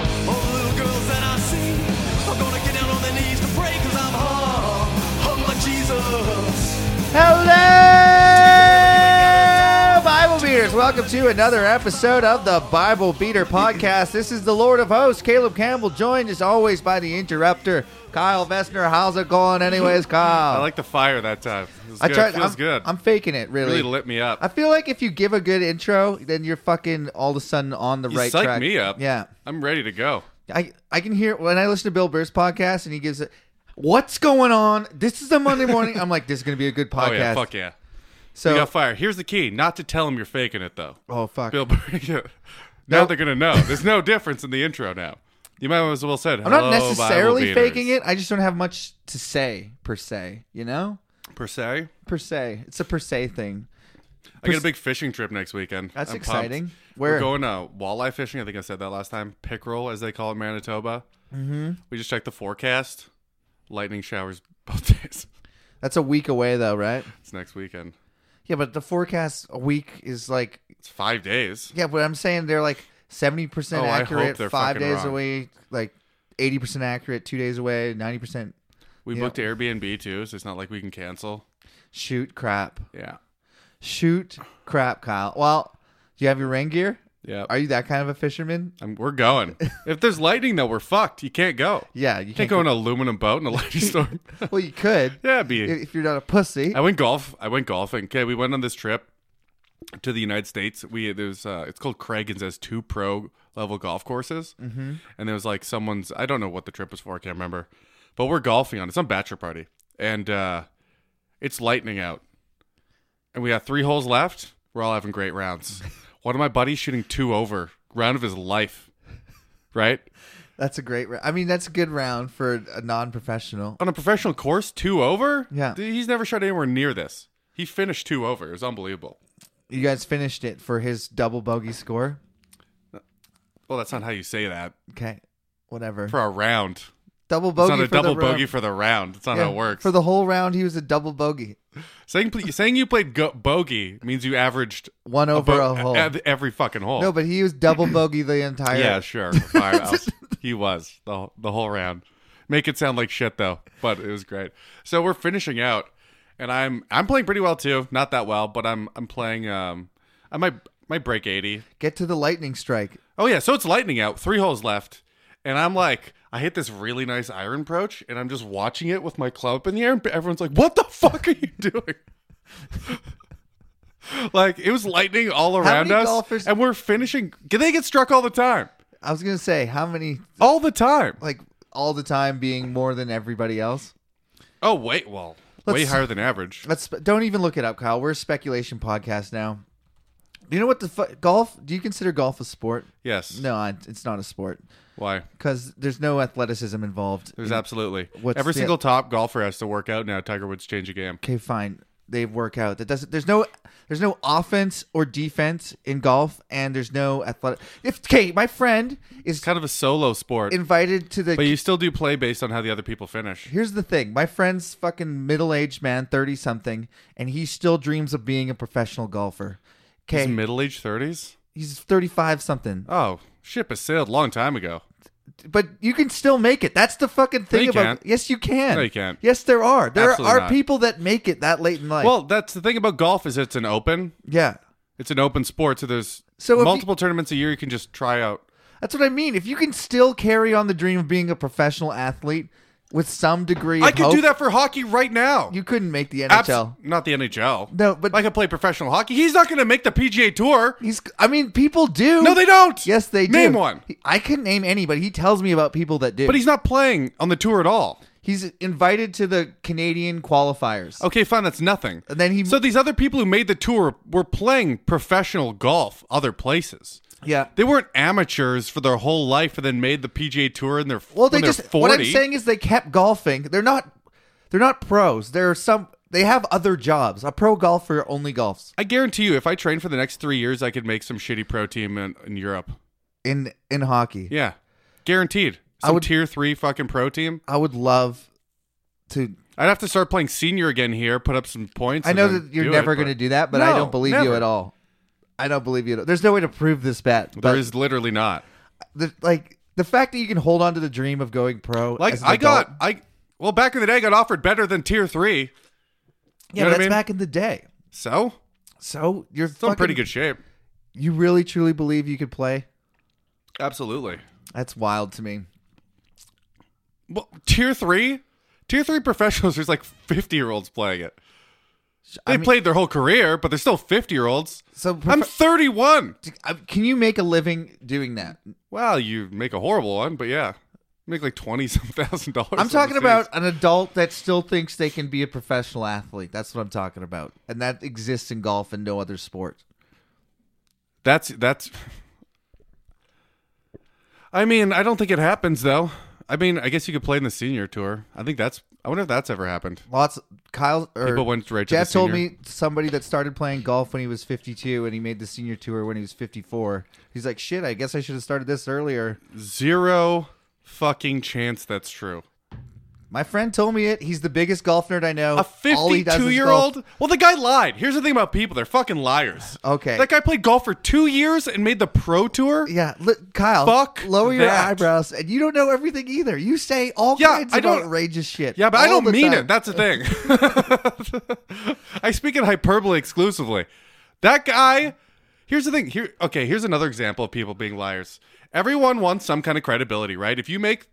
All the little girls that I see are gonna get down on their knees to pray i I'm hung, hung like Jesus. Hello, Bible Beaters. Welcome to another episode of the Bible Beater Podcast. This is the Lord of Hosts, Caleb Campbell, joined as always by the interrupter, Kyle Vestner. How's it going, anyways, Kyle? I like the fire that time. It was I good. tried- It feels I'm, good. I'm faking it, really. really lit me up. I feel like if you give a good intro, then you're fucking all of a sudden on the you right psyched track. me up. Yeah. I'm ready to go. I I can hear when I listen to Bill Burr's podcast and he gives it. What's going on? This is a Monday morning. I'm like, this is gonna be a good podcast. Oh yeah, fuck yeah. So, you got fire. Here's the key: not to tell them you're faking it though. oh fuck. Bill, now Nope. they're gonna know. There's no difference in the intro now. You might as well said. I'm not necessarily faking it. I just don't have much to say per se. You know, per se. per se. It's a per se thing. I get a big fishing trip next weekend. That's I'm pumped. exciting. Where- We're going uh, walleye fishing. I think I said that last time. Pickerel, as they call it, in Manitoba. Mm-hmm. We just checked the forecast. Lightning showers both days. That's a week away though, right? It's next weekend. Yeah, but the forecast a week is like It's five days. yeah. But I'm saying they're like seventy percent Oh, I hope accurate they're five fucking days wrong. away, like eighty percent accurate two days away, ninety percent We Yeah. booked Airbnb too, so it's not like we can cancel. shoot crap. Yeah. Shoot crap, Kyle. Well, do you have your rain gear? Yeah. Are you that kind of a fisherman? I'm, we're going. if there's lightning, though, we're fucked. You can't go. You Yeah, you can't can't go in an aluminum boat in a lightning storm. Well, you could yeah, it'd be. if if you're not a pussy. I went golf. I went golfing. Okay, we went on this trip to the United States. We there's uh, it's called Craig and has two pro level golf courses, mm-hmm. and there was like someone's. I don't know what the trip was for. I can't remember, but we're golfing on it. some bachelor party, and uh, it's lightning out, and we got three holes left. We're all having great rounds. One of my buddies shooting two over round of his life, right That's a great. Ra- I mean, that's a good round for a non-professional. on a professional course, two over. Yeah. Dude, he's never shot anywhere near this. He finished two over. It was unbelievable. You guys finished it for his double bogey score. Well, that's not how you say that Okay, whatever. for a round. double It's bogey. not for a the double round- bogey for the round. It's not Yeah, how it works. For the whole round, he was a double bogey, saying pl- saying you played go- bogey means you averaged one over a, bo- hole. ev- every fucking hole. no, but he was double bogey the entire. yeah, sure. Firehouse. he was the whole- the whole round. Make it sound like shit though, but it was great. So we're finishing out, and I'm I'm playing pretty well too. Not that well, but I'm I'm playing. Um, I might might break eighty. Get to the lightning strike. Oh yeah, so it's lightning out, three holes left, and I'm like, I hit this really nice iron approach, and I'm just watching it with my club up in the air, and everyone's like, "What the fuck are you doing?" like it was lightning all around many us, golfers- and we're finishing. They get struck all the time, I was gonna say how many, all the time. like all the time, being more than everybody else. Oh wait, well, way Let's- higher than average. Let's don't even look it up, Kyle. We're a speculation podcast now. You know what the fu- golf? Do you consider golf a sport? Yes. No, I- it's not a sport Why? because there's no athleticism involved. There's absolutely Mm. What's every the- single top golfer has to work out now. Tiger Woods changed the game. okay, fine. They work out. That doesn't. There's no. There's no offense or defense in golf, and there's no athletic. If okay, my friend is Kind of a solo sport, invited to the. but you still do play based on how the other people finish. Here's the thing. My friend's fucking middle-aged man, thirty something, and he still dreams of being a professional golfer. Okay, He's he's, middle aged thirties. thirty-five something, Oh, ship has sailed long time ago. but you can still make it. That's the fucking thing you about. can't. Yes, you can. No, you can't. Yes, there are. There Absolutely are not. people that make it that late in life. Well, that's the thing about golf is it's an open. yeah. It's an open sport, so there's So if you- multiple tournaments a year you can just try out. That's what I mean. If you can still carry on the dream of being a professional athlete with some degree, of I could hope, do that for hockey right now. You couldn't make the Abs- NHL. not the NHL. No, but- I could play professional hockey. He's not going to make the PGA Tour. He's. I mean, people do. No, they don't. Yes, they do. Name one. He- I couldn't name any, but he tells me about people that do. But he's not playing on the tour at all. he's invited to the Canadian qualifiers. Okay, fine, that's nothing. And then he- So these other people who made the tour were playing professional golf other places. Yeah. They weren't amateurs for their whole life and then made the PGA Tour in their Well, when they they're just. 40. What I'm saying is they kept golfing. They're not. They're not pros. They're some. They have other jobs. A pro golfer only golfs I guarantee you, if I trained for the next three years, I could make some shitty pro team in, in Europe. in in hockey. Yeah, guaranteed. I Some would- tier three fucking pro team. I would love to. I I'd have to start playing senior again here, put up some points. I and know then that you're do it, never but going to do that, but I No, don't believe you never. at all. I don't believe you. At all. There's no way to prove this bet. There But is literally not. the, like the fact that you can hold on to the dream of going pro. Like as an I adult- got I well back in the day I got offered better than tier three. yeah, know what I that's mean? back in the day. So So you're still in fucking- pretty good shape. You really truly believe you could play? Absolutely. That's wild to me. Well, tier three? Tier three professionals there's like fifty year olds playing it. They I mean- played their whole career, but they're still fifty year olds. So I'm prof- thirty one. can you make a living doing that? Well, you make a horrible one, but yeah. Make like twenty some thousand dollars. I'm talking overseas. about an adult that still thinks they can be a professional athlete. That's what I'm talking about, and that exists in golf and no other sport. That's that's. I mean, I don't think it happens though. I mean, I guess you could play in the senior tour. I think that's. I wonder if that's ever happened. Lots. Kyle or People went right to Jeff the told senior. me somebody that started playing golf when he was 52 and he made the senior tour when he was 54. He's like, shit, I guess I should have started this earlier. zero fucking chance that's true. My friend told me it. He's the biggest golf nerd I know. A All he does is golf. fifty-two-year-old. Well, the guy lied. Here's the thing about people: they're fucking liars. Okay. That guy played golf for two years and made the pro tour. Yeah, look, Kyle. Fuck Lower your that. eyebrows, and you don't know everything either. You say all Yeah, kinds I of don't- outrageous shit. Yeah, but I all the don't mean time. it. That's the thing. I speak in hyperbole exclusively. That guy. Here's the thing. Here, okay. Here's another example of people being liars. Everyone wants some kind of credibility, right? If you make,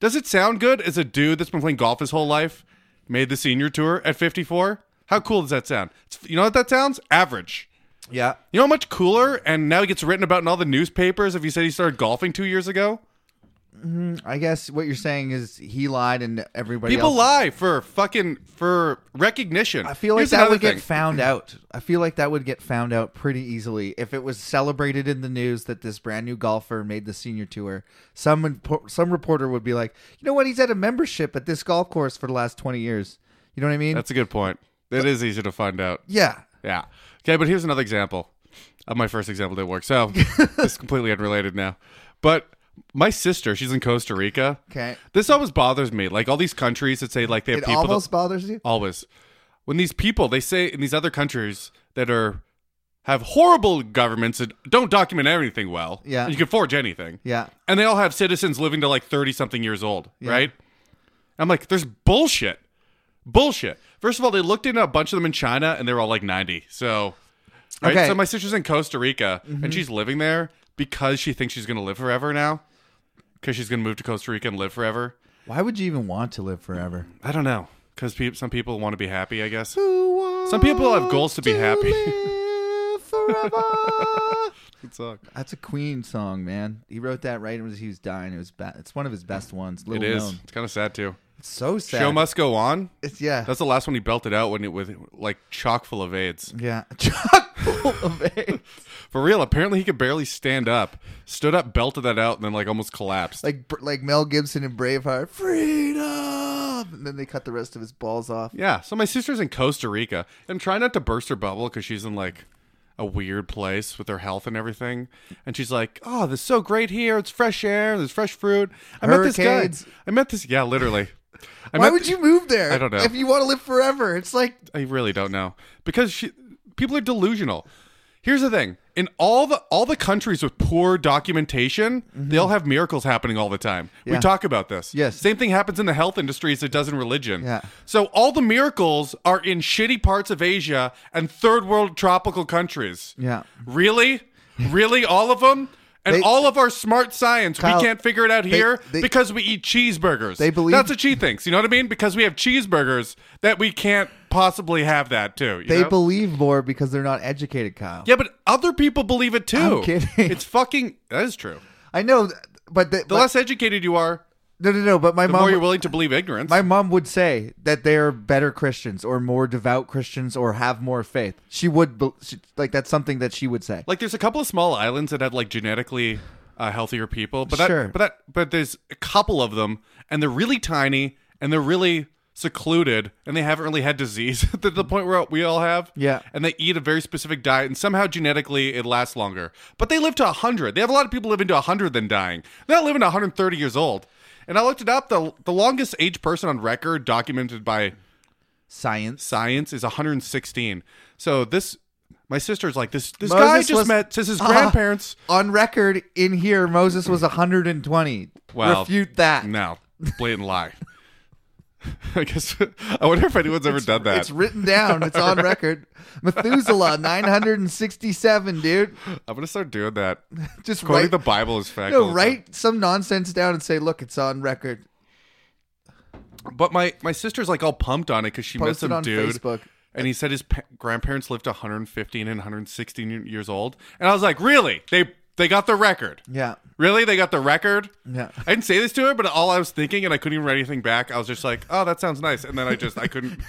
does it sound good as a dude that's been playing golf his whole life, made the senior tour at 54? How cool does that sound? It's, you know what that sounds? Average. yeah. You know how much cooler? And now he gets written about in all the newspapers if he said he started golfing two years ago. I guess what you're saying is he lied, and everybody People else- lie for fucking for recognition. I feel like Here's that another would thing. get found out. I feel like that would get found out pretty easily if it was celebrated in the news that this brand new golfer made the senior tour. Some some reporter would be like, you know what? He's had a membership at this golf course for the last twenty years. You know what I mean? That's a good point. It is easy to find out. yeah. Yeah. Okay, but here's another example. Uh, my first example didn't work, so it's completely unrelated now. But my sister, she's in Costa Rica. Okay. This always bothers me. Like all these countries that say like they have It people that- almost bothers you. always when these people they say in these other countries that are have horrible governments that don't document everything well. Yeah. and you can forge anything. Yeah. and they all have citizens living to like thirty something years old, right? I'm like, there's bullshit, bullshit. First of all, they looked into a bunch of them in China, and they were all like ninety. So, right? Okay. Mm-hmm. So my sister's in Costa Rica, and she's living there because she thinks she's gonna live forever now, because she's gonna move to Costa Rica and live forever. Why would you even want to live forever? I don't know, because pe- some people want to be happy, I guess. Some people have goals to be happy. live forever. That's a Queen song, man. He wrote that right as he was dying. It was ba- it's one of his best ones. It Little is. known. It's kind of sad too. It's so sad. Show must go on. It's yeah. That's the last one he belted out when it with like chock full of AIDS. yeah. Chock full of eggs. For real, apparently he could barely stand up. Stood up, belted that out, and then like almost collapsed. like like Mel Gibson in Braveheart. Freedom. And then they cut the rest of his balls off. yeah. So my sister's in Costa Rica. I'm trying not to burst her bubble because she's in like a weird place with her health and everything. And she's like, "Oh, this is so great here. It's fresh air. There's fresh fruit. I met this Hurricanes. guy. I met this. Yeah, literally. I Why met would you move there? I don't know. If you want to live forever, it's like I really don't know because she, people are delusional. Here's the thing: in all the all the countries with poor documentation, they all have miracles happening all the time. Mm-hmm. Yeah. We talk about this. Yes. same thing happens in the health industry as it does in religion. Yeah. So all the miracles are in shitty parts of Asia and third world tropical countries. Yeah. Really, really, all of them. And They- all of our smart science, Kyle, we can't figure it out here they- because we eat cheeseburgers. They believe- that's a she thinks. You know what I mean? Because we have cheeseburgers that we can't possibly have that too. you they know? believe more because they're not educated, Kyle. Yeah, but other people believe it too. I'm kidding. It's fucking. That is true. I know, th- but, the, The but- less educated you are, no, no, no. But my the mom, more you're willing to believe ignorance. My mom would say that they are better Christians or more devout Christians or have more faith. She would be- she, like that's something that she would say. like, there's a couple of small islands that have like genetically uh, healthier people, but that, Sure. but that, but there's a couple of them, and they're really tiny, and they're really secluded, and they haven't really had disease to the point where we all have. Yeah. and they eat a very specific diet, and somehow genetically it lasts longer. But they live to 100. They have a lot of people living to 100 than dying. They're not living to 130 years old. And I looked it up. the The longest aged person on record, documented by Science. science, is 116. So this, my sister's like this. This Moses guy just was- met his Ah. grandparents. On record in here, Moses was 120. Well, Refute that. No, blatant lie. I guess I wonder if anyone's ever done that. It's written down. It's on record. Methuselah, 967, dude. I'm gonna start doing that. Just Quoting write, the Bible is fact. all no, the write some nonsense down and say, look, it's on record. time. But my my sister's like all pumped on it because she met Post some it on dude, Facebook. and he said his pa- grandparents lived to 115 and 116 y- years old. And I was like, really? They they got the record. Yeah. Really? They got the record? Yeah. I didn't say this to her, but all I was thinking, and I couldn't even write anything back. I was just like, "Oh, that sounds nice," and then I just I couldn't.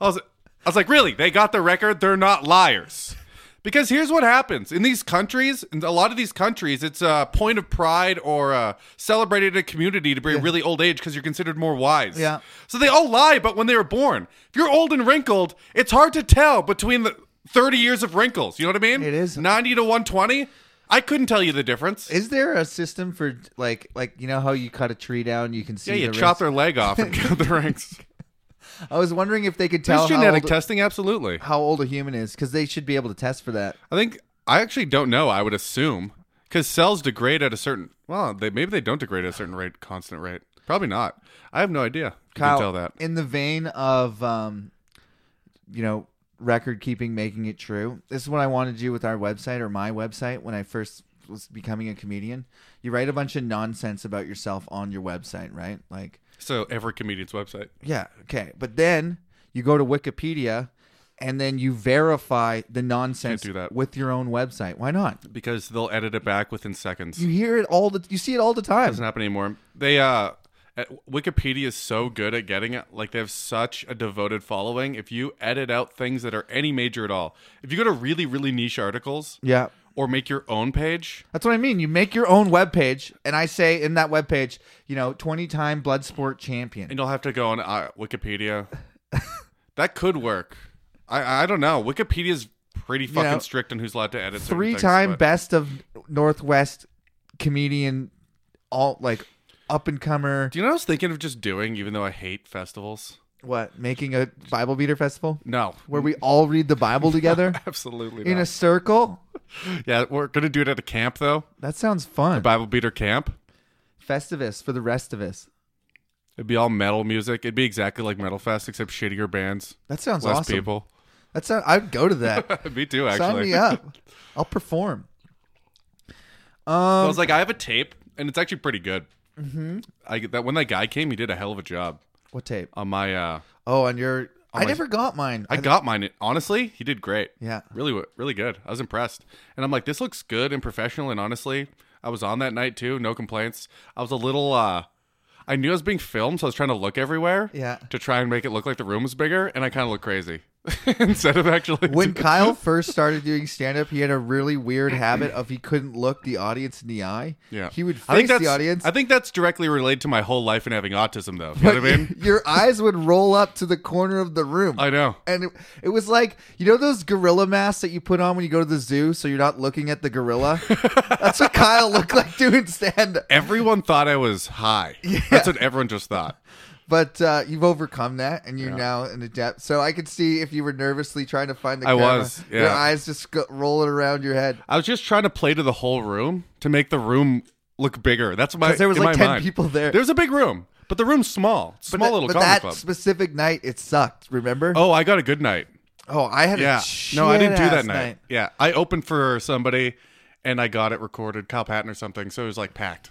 I was I was like, "Really? They got the record? They're not liars." Because here's what happens in these countries, in a lot of these countries, it's a point of pride or uh, celebrated in a community to be a really old age because you're considered more wise. Yeah. So they all lie about when they were born. If you're old and wrinkled, it's hard to tell between the 30 years of wrinkles. You know what I mean? It is. 90 to 120. I couldn't tell you the difference. Is there a system for like like you know how you cut a tree down, you can see Yeah, you the chop roots? their leg off and count the ranks. I was wondering if they could tell There's how genetic old, testing, absolutely. how old a human is because they should be able to test for that. I think I actually don't know. I would assume because cells degrade at a certain well, they maybe they don't degrade at a certain rate, constant rate. Probably not. I have no idea. if You Kyle, can tell that. in the vein of um, you know record keeping, making it true. This is what I wanted to do with our website or my website when I first was becoming a comedian. You write a bunch of nonsense about yourself on your website, right? Like So every comedian's website. Yeah. Okay. But then you go to Wikipedia and then you verify the nonsense do that. with your own website. Why not? Because they'll edit it back within seconds. You hear it all the you see it all the time. doesn't happen anymore. They uh at- Wikipedia is so good at getting it. Like they have such a devoted following. If you edit out things that are any major at all, if you go to really really niche articles, Yeah. or make your own page, That's what I mean. You make your own webpage and I say in that webpage, you know, 20-time blood sport champion. and you'll have to go on uh, Wikipedia. that could work. I I don't know. Wikipedia's pretty fucking know, strict on who's allowed to edit. certain things, Three-time but- best of Northwest comedian all like up and comer. Do you know what I was thinking of just doing? Even though I hate festivals. What? Making a Bible Beater festival No, where we all read the Bible together absolutely in a not. circle? yeah, we're gonna do it at a camp though. That sounds fun. Bible beater camp. Festivus for the rest of us. It'd be all metal music. It'd be exactly like Metal Fest, except shittier bands, That sounds less awesome. people. That sound, I'd go to that. Me too, Sign actually. me up. I'll perform. I was like, I have a tape, and it's actually pretty good. Mm-hmm. I that when that guy came, he did a hell of a job What tape? on my. uh Oh, and your. I my- never got mine. I got mine. Honestly, he did great. Yeah. really, w- really good. I was impressed, and I'm like, this looks good and professional. And honestly, I was on that night too. No complaints. I was a little. uh I knew I was being filmed, so I was trying to look everywhere. Yeah. To try and make it look like the room was bigger, and I kind of looked crazy instead of actually. When Kyle first started doing stand up, he had a really weird habit of he couldn't look the audience in the eye. Yeah. He would face I think the that's- audience. I think that's directly related to my whole life and having autism, though. You know what I mean? your eyes would roll up to the corner of the room. I know. and it, it was like you know those gorilla masks that you put on when you go to the zoo so you're not looking at the gorilla that's what kyle looked like doing stand up Everyone thought I was high. That's what everyone just thought. but uh, you've overcome that and you're now an adept so i could see if you were nervously trying to find the I camera, was, your yeah. eyes just go- rolling around your head I was just trying to play to the whole room to make the room look bigger. That's my 'Cause there was in like my 10 mind. people there. There was a big room, but the room's small. Small that- little but comedy that club. specific night it sucked remember oh, I got a good night. Oh, i had Yeah. a shit No, I didn't do that ass night. Yeah. I opened for somebody and I got it recorded, Kyle Patton or something. So it was like packed.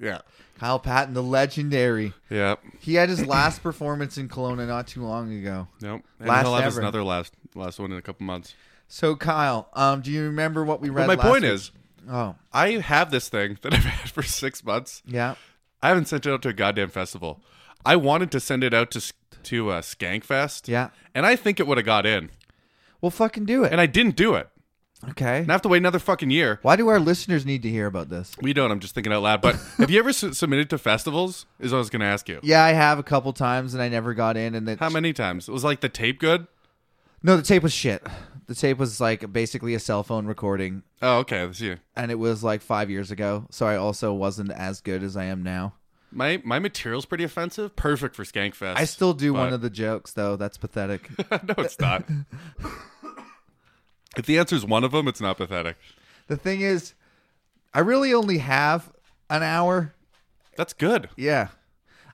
Yeah. kyle patton the legendary Yeah. he had his last performance in Kelowna not too long ago Nope. And Last he'll have his ever. another last last one in a couple months. so kyle um, do you remember what we read But my last point week? is, oh I have this thing that I've had for six months. Yeah. I haven't sent it out to a goddamn festival. I wanted to send it out to s- to uh, Skankfest. Yeah. and I think it would have got in, Well, fucking do it. and I didn't do it. okay. And I have to wait another fucking year. Why do our listeners need to hear about this? We don't. I'm just thinking out loud. But have you ever su- submitted to festivals? Is what I was going to ask you. Yeah, I have a couple times and I never got in. And then How many times? It was like the tape good. No, the tape was shit. The tape was like basically a cell phone recording, Oh, okay. That's you. and it was like five years ago. So I also wasn't as good as I am now. My my material's pretty offensive. Perfect for Skankfest. I still do one but- of the jokes though. That's pathetic. no, it's not. if the answer's one of them, it's not pathetic. the thing is, I really only have an hour. That's good. Yeah,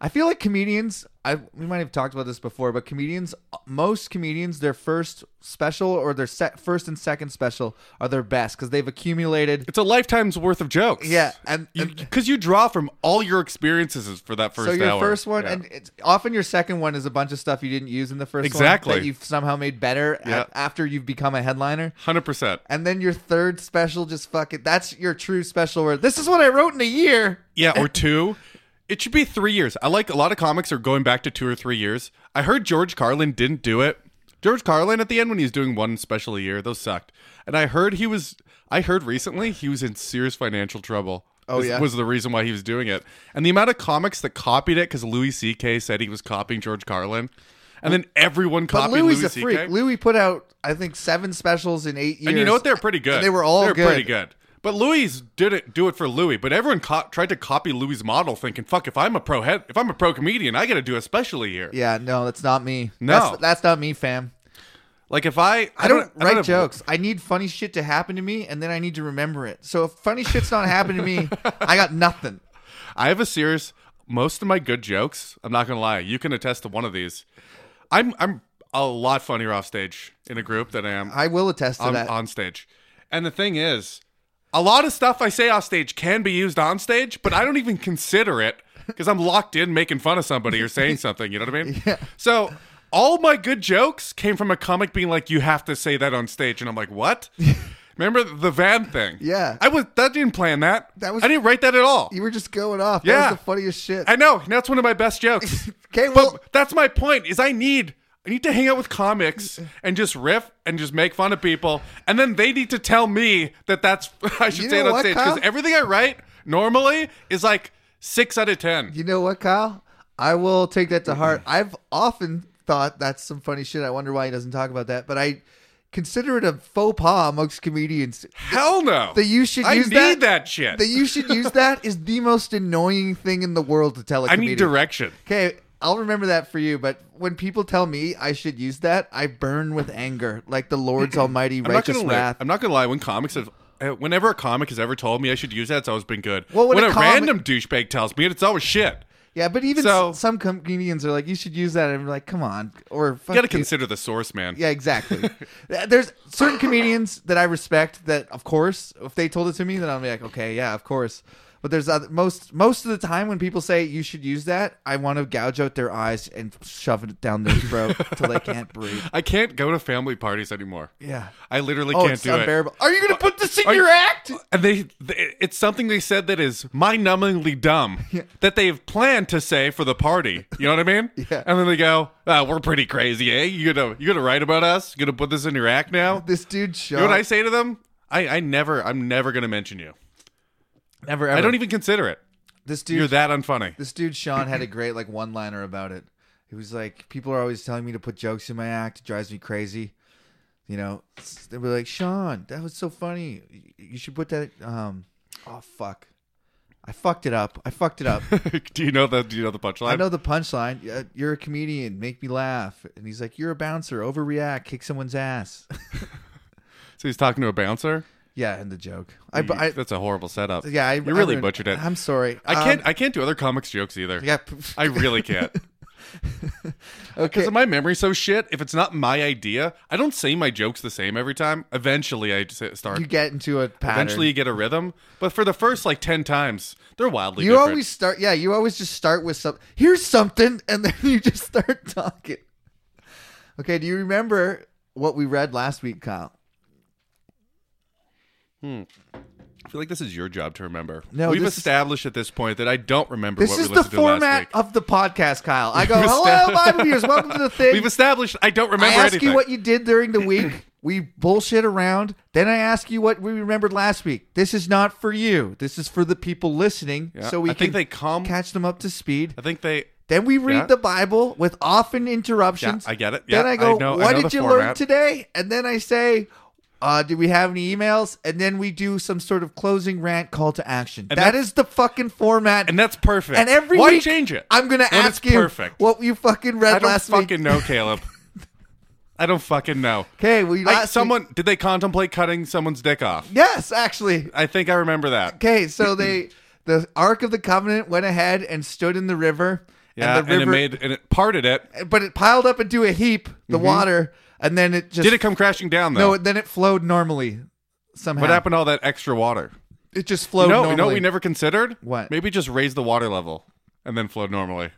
I feel like comedians. I we might have talked about this before, but comedians, most comedians, their first special or their se- first and second special are their best because they've accumulated. It's a lifetime's worth of jokes. Yeah, and- and- because you, draw from all your experiences for that first. so your hour. first one, Yeah. and it's, often your second one is a bunch of stuff you didn't use in the first Exactly. one that you've somehow made better a- Yeah. after you've become a headliner. hundred percent. And then your third special, just fuck it. That's your true special where this is what I wrote in a year. Yeah, or two. It should be three years. I like a lot of comics are going back to two or three years. I heard George Carlin didn't do it. George Carlin at the end when he was doing one special a year, those sucked. And I heard he was. I heard recently he was in serious financial trouble. Oh, This yeah? was the reason why he was doing it. And the amount of comics that copied it because Louis C.K. said he was copying George Carlin, and then everyone But copied Louis Louis, is a C.K. freak. Louis put out, I think, seven specials in eight years. And you know what? They're pretty good. And they were all They're good. pretty good. But Louis didn't do it for Louis. But everyone co- tried to copy Louis' model, thinking, "Fuck, if I'm a pro head, if I'm a pro comedian, I got to do a special a year." Yeah, no, that's not me. No. that's, that's not me, fam. Like if I, I don't, I write have- jokes. I need funny shit to happen to me, and then I need to remember it. So if funny shit's not happening to me, I got nothing. I have a serious. Most of my good jokes, I'm not gonna lie, you can attest to one of these. I'm I'm a lot funnier off stage in a group than I am I will attest to on, that. on stage. And the thing is, a lot of stuff I say off stage can be used on stage, but I don't even consider it because I'm locked in making fun of somebody or saying something. You know what I mean? Yeah. So all my good jokes came from a comic being like, "You have to say that on stage," and I'm like, "What?" Remember the van thing? Yeah. I was that didn't plan that. That was- I didn't write that at all. you were just going off. Yeah. that was the funniest shit. I know. and That's one of my best jokes. Okay, well- but that's my point. Is I need I need to hang out with comics and just riff and just make fun of people, and then they need to tell me that that's I should You say it know on what, stage because Kyle? everything I write normally is like six out of ten. You know what, Kyle? I will take that to heart. I've often thought that's some funny shit. I wonder why he doesn't talk about that, but I consider it a faux pas amongst comedians. Hell no. That you should I use need that- that, shit. That you should use that is the most annoying thing in the world to tell a I comedian. need direction. Okay, I'll remember that for you. But when people tell me I should use that, I burn with anger, like the Lord's Almighty I'm not righteous gonna lie. wrath. I'm not gonna lie. When comics have. uh, Whenever a comic has ever told me I should use that, it's always been good. Well, when when a a, comic- random douchebag tells me it, it's always shit. yeah, but even So- s- some comedians are like, "You should use that," and I'm like, "Come on," or "Fuck You gotta you." consider the source, man. Yeah, exactly. Th- There's certain comedians that I respect that, of course, if they told it to me, then I'll be like, okay, yeah, of course. But there's other, most most of the time when people say you should use that, I want to gouge out their eyes and shove it down their throat till they can't breathe. I can't go to family parties anymore. Yeah. I literally Oh, can't it's do it. unbearable. Are you going to put this in Are you- your act? And they, they- it's something they said that is mind-numbingly dumb that they've planned to say for the party. You know what I mean? Yeah. And then they go, oh, "We're pretty crazy, eh? You gonna you gonna write about us? You gonna put this in your act now?" You This dude shot. know what I say to them? I, I never, I'm never gonna mention you. never ever. I don't even consider it. This dude You're that unfunny. This dude Sean had a great like one liner about it. He was like, "People are always telling me to put jokes in my act. It drives me crazy." You know, S- they were like, "Sean, that was so funny. Y- You should put that." Um, oh fuck, I fucked it up. I fucked it up. do you know the Do you know the I punchline? know the punchline. Yeah, You're a comedian. Make me laugh. And he's like, "You're a bouncer. Overreact. Kick someone's ass." So he's talking to a bouncer. yeah, and the joke. I, bu- I That's a horrible setup. yeah, I, you I really ruined- butchered it. I'm sorry. I can't. Um, I can't do other comics jokes either. yeah. I really can't. Okay. Because my memory's so shit, if it's not my idea, I don't say my jokes the same every time. Eventually, I just start. You get into a pattern. Eventually, you get a rhythm. But for the first like ten times, they're wildly. You different. always start, yeah. You always just start with some. Here's something, and then you just start talking. Okay. Do you remember what we read last week, Kyle? I feel like this is your job to remember. No, we've this is- established at this point that I don't remember. This what is we the listened to last format week. of the podcast, Kyle. I go, We've hello, established- Bible viewers. Welcome to the thing. We've established I don't I remember ask anything. you what you did during the week. We bullshit around. Then I ask you what we remembered last week. This is not for you. This is for the people listening. Yeah, So we I can think they come- catch them up to speed. I think they. Then we read Yeah. the Bible with often interruptions. Yeah, I get it. Then Yeah, I go, I know- I "What know did the you learn format." today?" And then I say, uh, do we have any emails? And then we do some sort of closing rant call to action. And that that's- is the fucking format. and that's perfect. And every why week, change it? I'm gonna When ask it's you perfect. what you fucking read I don't last fucking week. know, Caleb. I don't fucking know. Okay, well, I- last week- someone did they contemplate cutting someone's dick off? Yes, actually. I think I remember that. Okay, so they the Ark of the Covenant went ahead and stood in the river. and Yeah, and, the river, it made and it parted it. but it piled up into a heap, the water, and then it just Did it come crashing down though? no, then it flowed normally. Somehow, what happened to all that extra water? It just flowed. no, normally. no, we never considered. What? Maybe just raise the water level and then flow normally.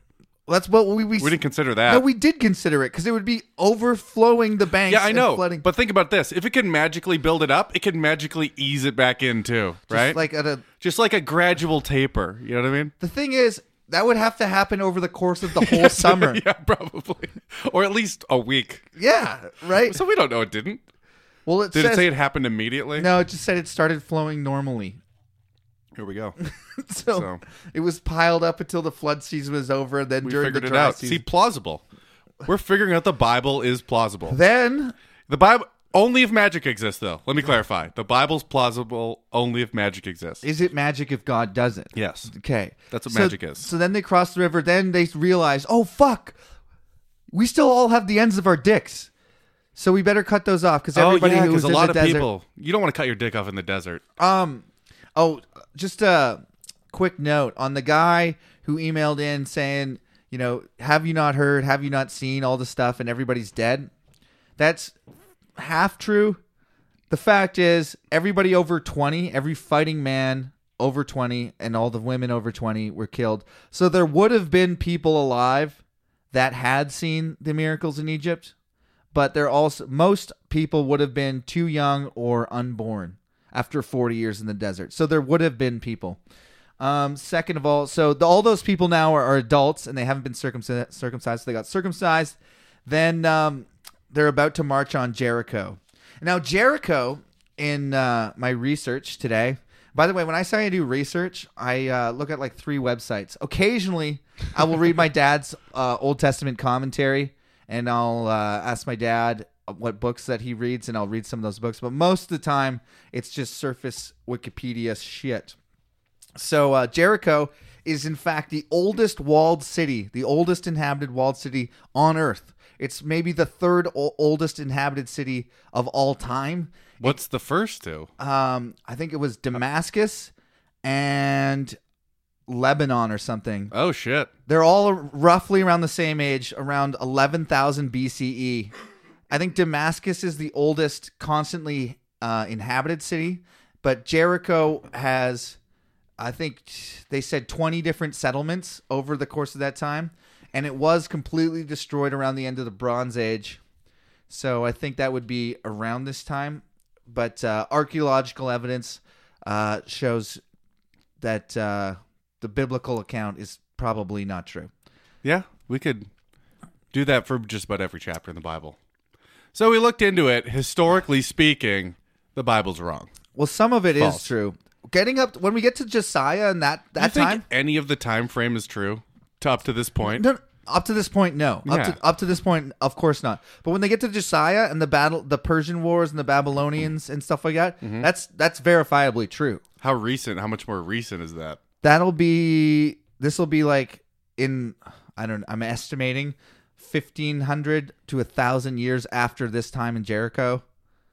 That's what we we, We didn't consider that. No, we did consider it because it would be overflowing the banks. yeah, I and know. flooding. But think about this: if it can magically build it up, it can magically ease it back in too, Just right? like at a, just like a gradual taper. You know what I mean? the thing is that would have to happen over the course of the whole summer. yeah, probably, or at least a week. Yeah, right. So we don't know. It didn't. well, it Did says it say it happened immediately? no. It just said it started flowing normally. Here we go. So, So. it was piled up until the flood season was over. Then We during the figured it dry out. See, season, plausible. We're figuring out the Bible is plausible. then The Bible only if magic exists, though. Let me clarify. The Bible's plausible only if magic exists. is it magic if God does it? Yes. Okay. That's what So- magic is. So then they cross the river. Then they realize, oh, fuck. We still all have the ends of our dicks. So we better cut those off because everybody who was Oh, a in lot the of desert. people. You don't want to cut your dick off in the desert. Um, oh, just a quick note on the guy who emailed in saying, you know, have you not heard? Have you not seen all the stuff? And everybody's dead. That's half true. The fact is, everybody over twenty, every fighting man over twenty, and all the women over twenty were killed. So there would have been people alive that had seen the miracles in Egypt but they're also most people would have been too young or unborn after 40 years in the desert. So there would have been people. Um, second of all, so the, all those people now are, are adults and they haven't been circumcised, circumcised. So they got circumcised. Then um, they're about to march on Jericho. Now Jericho, in uh, my research today. By the way, when I say I do research, I uh, look at like three websites. Occasionally, I will read my dad's uh, Old Testament commentary, and I'll uh, ask my dad what books that he reads, and I'll read some of those books. But most of the time, it's just surface Wikipedia shit. So uh, Jericho is in fact the oldest walled city, the oldest inhabited walled city on Earth. It's maybe the third o- oldest inhabited city of all time. What's the first two? Um, I think it was Damascus and Lebanon or something. Oh shit. They're all roughly around the same age, around 11,000 BCE. E. I think Damascus is the oldest constantly uh, inhabited city, but Jericho has, I think they said 20 different settlements over the course of that time, and it was completely destroyed around the end of the Bronze Age. So I think that would be around this time. But uh, archaeological evidence uh, shows that uh, the biblical account is probably not true. Yeah, we could do that for just about every chapter in the Bible. So we looked into it. Historically speaking, the Bible's wrong. Well, some of it is False. true. Getting up when we get to Josiah and that that you think time, any of the time frame is true to up to this point? no, no, up to this point, no. Yeah. Up to up to this point, of course not. But when they get to Josiah and the battle, the Persian wars and the Babylonians and stuff like that, that's that's verifiably true. How recent? How much more recent is that? That'll be this will be like in I don't I'm estimating fifteen hundred to a thousand years after this time in Jericho.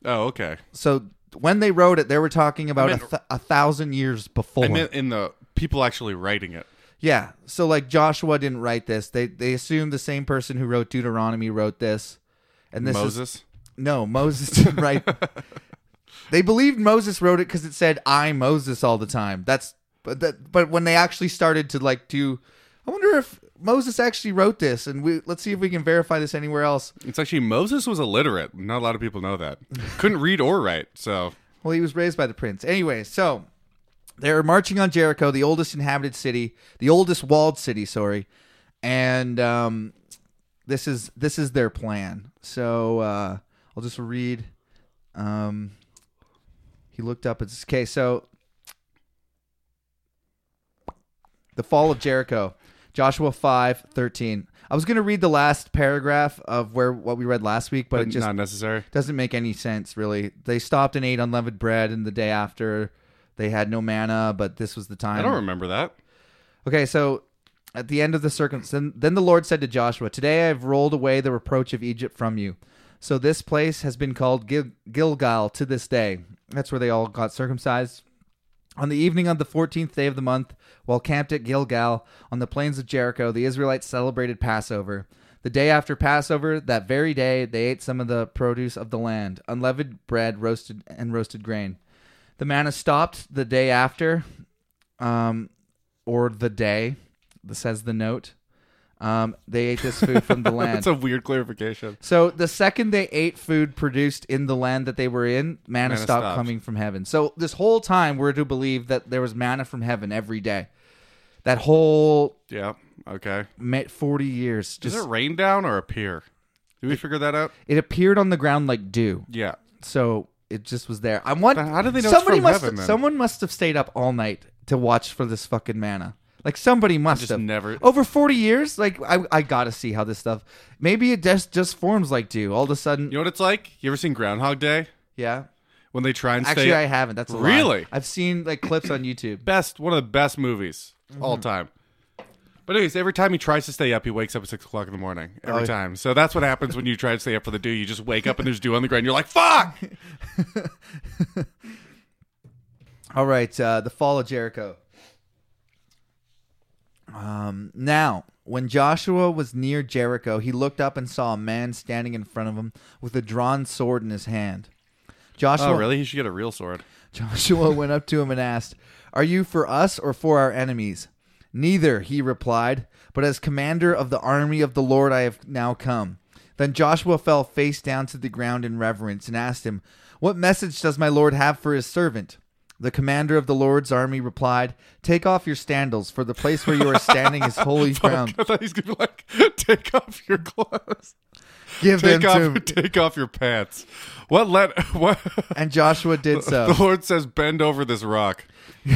Oh, okay. So when they wrote it, they were talking about meant- a, th- a thousand years before. I meant in the people actually writing it. Yeah. So like Joshua didn't write this. They they assume the same person who wrote Deuteronomy wrote this. And this is Moses. no, Moses didn't write. they believed Moses wrote it cuz it said I Moses all the time. That's but that but when they actually started to like do I wonder if Moses actually wrote this and we let's see if we can verify this anywhere else. It's actually Moses was illiterate. Not a lot of people know that. Couldn't read or write. So Well, he was raised by the prince. Anyway, so they're marching on Jericho, the oldest inhabited city, the oldest walled city, sorry. And um, this is this is their plan. So uh, I'll just read. Um, he looked up at this. Okay, so the fall of Jericho, Joshua five thirteen. I was gonna read the last paragraph of where what we read last week, but it just Not necessary. doesn't make any sense really. They stopped and ate unleavened bread, and the day after they had no manna, but this was the time. I don't remember that. Okay, so at the end of the circumstance, then the Lord said to Joshua, "Today I have rolled away the reproach of Egypt from you." So this place has been called Gil- Gilgal to this day. That's where they all got circumcised. On the evening of the 14th day of the month, while camped at Gilgal on the plains of Jericho, the Israelites celebrated Passover. The day after Passover, that very day, they ate some of the produce of the land, unleavened bread, roasted and roasted grain. The manna stopped the day after, um, or the day, says the note. Um, they ate this food from the land. That's a weird clarification. So the second they ate food produced in the land that they were in, manna, Manna stopped stopped. coming from heaven. So this whole time we're to believe that there was manna from heaven every day. That whole Yeah. Okay. ma- forty years, Does just it rain down or appear? Did we figure that out? it appeared on the ground like dew. Yeah. So it just was there. I want. Then how do they know it's somebody from must? heaven, then? someone must have stayed up all night to watch for this fucking manna. Like somebody must Just have never- over forty years. Like I, I gotta see how this stuff. Maybe it just just forms like dew. All of a sudden, You know what it's like? You ever seen Groundhog Day? yeah. When they try and Actually, stay I haven't. That's a lie. Really? I've seen like clips on YouTube. best one of the best movies all Mm-hmm. time. But anyways, every time he tries to stay up, he wakes up at six o'clock in the morning. Every Oh. time. So that's what happens when you try to stay up for the dew. You just wake up and there's dew on the ground. You're like, fuck. All right, uh, the fall of Jericho. Um, now, when Joshua was near Jericho, he looked up and saw a man standing in front of him with a drawn sword in his hand. Joshua, Oh, really? He should get a real sword. Joshua went up to him and asked, Are you for us or for our enemies? Neither, he replied, but as commander of the army of the Lord I have now come. Then Joshua fell face down to the ground in reverence and asked him, What message does my Lord have for his servant? The commander of the Lord's army replied, Take off your sandals, for the place where you are standing is holy ground. I thought he's gonna be like, take off your clothes, Give them take to off, me. take off your pants. What let what? And Joshua did so. The Lord says, bend over this rock. Do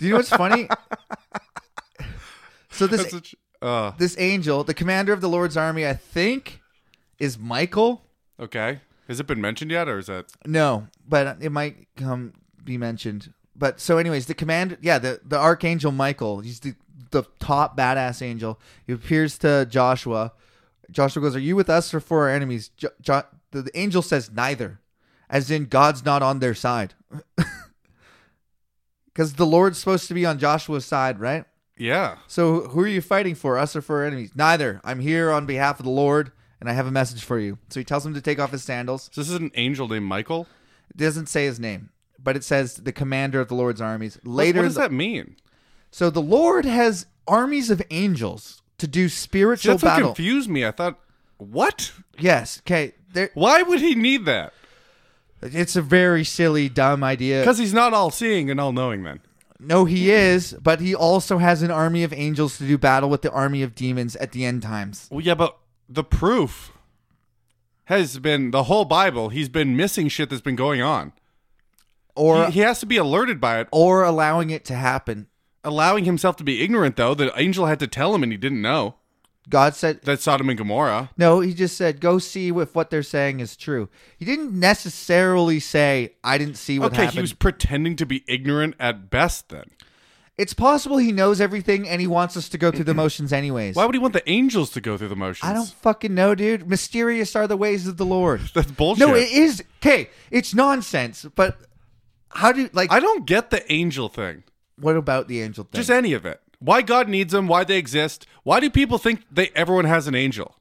you know what's funny? so this That's such- uh, this angel, the commander of the Lord's army, I think, is Michael. okay. Has it been mentioned yet, or is that No, but it might come be mentioned. But so, anyways, the commander, yeah, the the archangel Michael, he's the the top badass angel. He appears to Joshua. Joshua goes, "Are you with us or for our enemies?" Jo- Jo- the, the angel says, "Neither," as in God's not on their side, because the Lord's supposed to be on Joshua's side, right? yeah? So who are you fighting for, us or for our enemies? Neither. I'm here on behalf of the Lord, and I have a message for you. So he tells him to take off his sandals. So this is an angel named Michael. It doesn't say his name, but it says the commander of the Lord's armies. Later, Later, what does that mean? so the Lord has armies of angels to do spiritual that's what battle. confused me. I thought, what? yes. Okay. There, Why would he need that? it's a very silly, dumb idea. Because he's not all seeing and all knowing. Then No, he is, but he also has an army of angels to do battle with the army of demons at the end times. Well, yeah, but the proof has been the whole Bible. He's been missing shit that's been going on. Or he, he has to be alerted by it. or allowing it to happen. Allowing himself to be ignorant, though, the angel had to tell him, and he didn't know. God said, That's Sodom and Gomorrah. No, he just said, go see if what they're saying is true. He didn't necessarily say, I didn't see what okay, happened. he was pretending to be ignorant at best. Then It's possible he knows everything and he wants us to go through the motions anyways. why would he want the angels to go through the motions? I don't fucking know, dude. Mysterious are the ways of the Lord. That's bullshit. no, it is. Okay, it's nonsense, but how do, like, I don't get the angel thing. what about the angel thing? Just any of it. Why God needs them? Why they exist? Why do people think they everyone has an angel?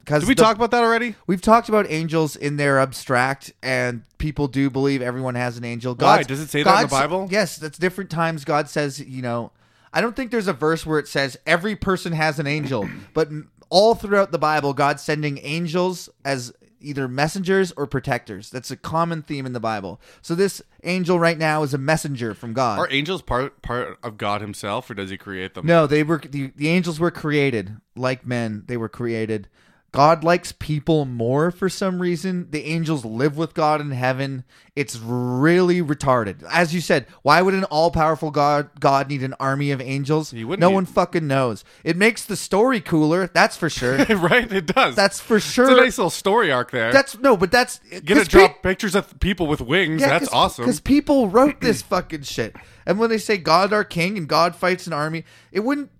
Because Did we talk about that already? We've talked about angels in their abstract, and people do believe everyone has an angel. Why? God Does it say that in the Bible? Yes, that's different times. God says, you know, I don't think there's a verse where it says every person has an angel, but m- all throughout the Bible, God's sending angels as either messengers or protectors. That's a common theme in the Bible. So this angel right now is a messenger from God. Are angels part part of God Himself, or does He create them? No, they were the, the angels were created like men. They were created. God likes people more for some reason. The angels live with God in heaven. It's really retarded. As you said, why would an all-powerful God God need an army of angels? He wouldn't no need- one fucking knows. It makes the story cooler, that's for sure. right? It does. that's for sure. it's a nice little story arc there. that's no, but that's Get to 'cause pe- drop pictures of people with wings. that's awesome. Because people wrote this fucking shit. And when they say God our king and God fights an army, it wouldn't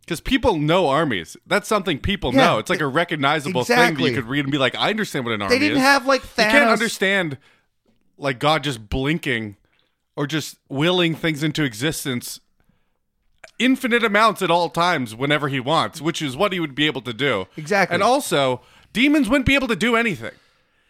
Because people know armies. That's something people Yeah, know. It's like a recognizable thing that exactly. you could read and be like, I understand what an army they didn't is. have like Thanos. you can't understand like God just blinking or just willing things into existence infinite amounts at all times whenever he wants, which is what he would be able to do. Exactly. And also, demons wouldn't be able to do anything.